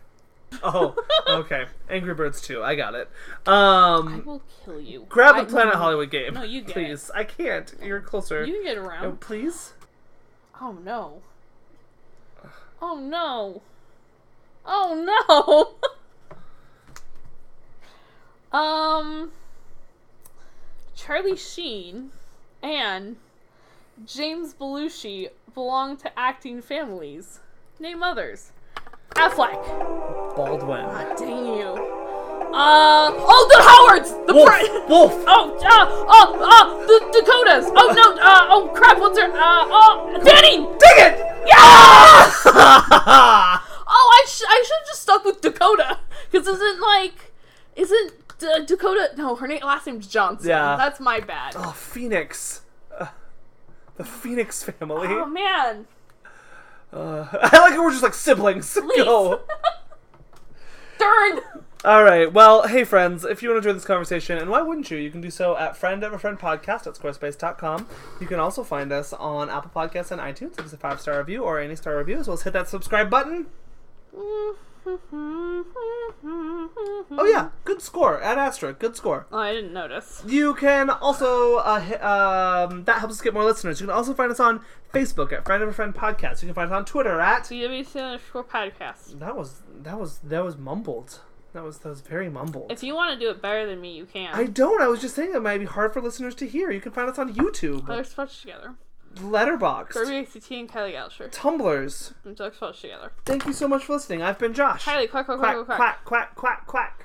Oh, okay. Angry Birds 2. I got it.
I
Um,
will kill you.
grab
I-
the Planet Hollywood game.
No, you get it.
Please. I can't. You're closer.
You can get
Oh,
around.
please?
Oh no. Oh no. Oh no. um Charlie Sheen and James Belushi belong to acting families. Name others. Affleck.
Baldwin.
God dang you. Uh oh the Howards! The
Wolf!
Pri-
Wolf!
Oh, uh, oh, oh, the Dakotas! Oh no, uh, oh crap, what's her, uh, oh, Danny!
Dang it!
Yeah!
Yeah!
Oh, I, sh- I should have just stuck with Dakota. Because isn't like. Isn't D- Dakota. No, her name, last name's Johnson.
Yeah.
That's my bad.
oh, Phoenix. Uh, the Phoenix family.
Oh, man.
Uh, I like how we're just like siblings. Go.
Darn.
All right. Well, hey, friends, if you want to join this conversation, and why wouldn't you? You can do so at friend of a friend podcast at squarespace.com. You can also find us on Apple Podcasts and iTunes. Give us a five star review or any star review, as well as hit that subscribe button. Oh, yeah. Good score. At Astra. Good score.
Oh, I didn't notice.
You can also uh, hi- um, that helps us get more listeners. You can also find us on Facebook at Friend of a Friend Podcast. You can find us on Twitter at
CWC underscore podcast.
that was that was that was mumbled. That was that was very mumbled.
If you want to do it better than me, you can.
I don't. I was just saying it might be hard for listeners to hear. You can find us on YouTube,
They're splashed together.
Letterboxd,
Kirby ACT and Kylie Gallagher.
Tumblers.
They're splashed together.
Thank you so much for listening. I've been Josh.
Kylie, quack, quack,
Quack
quack, quack, quack.
quack quack quack quack.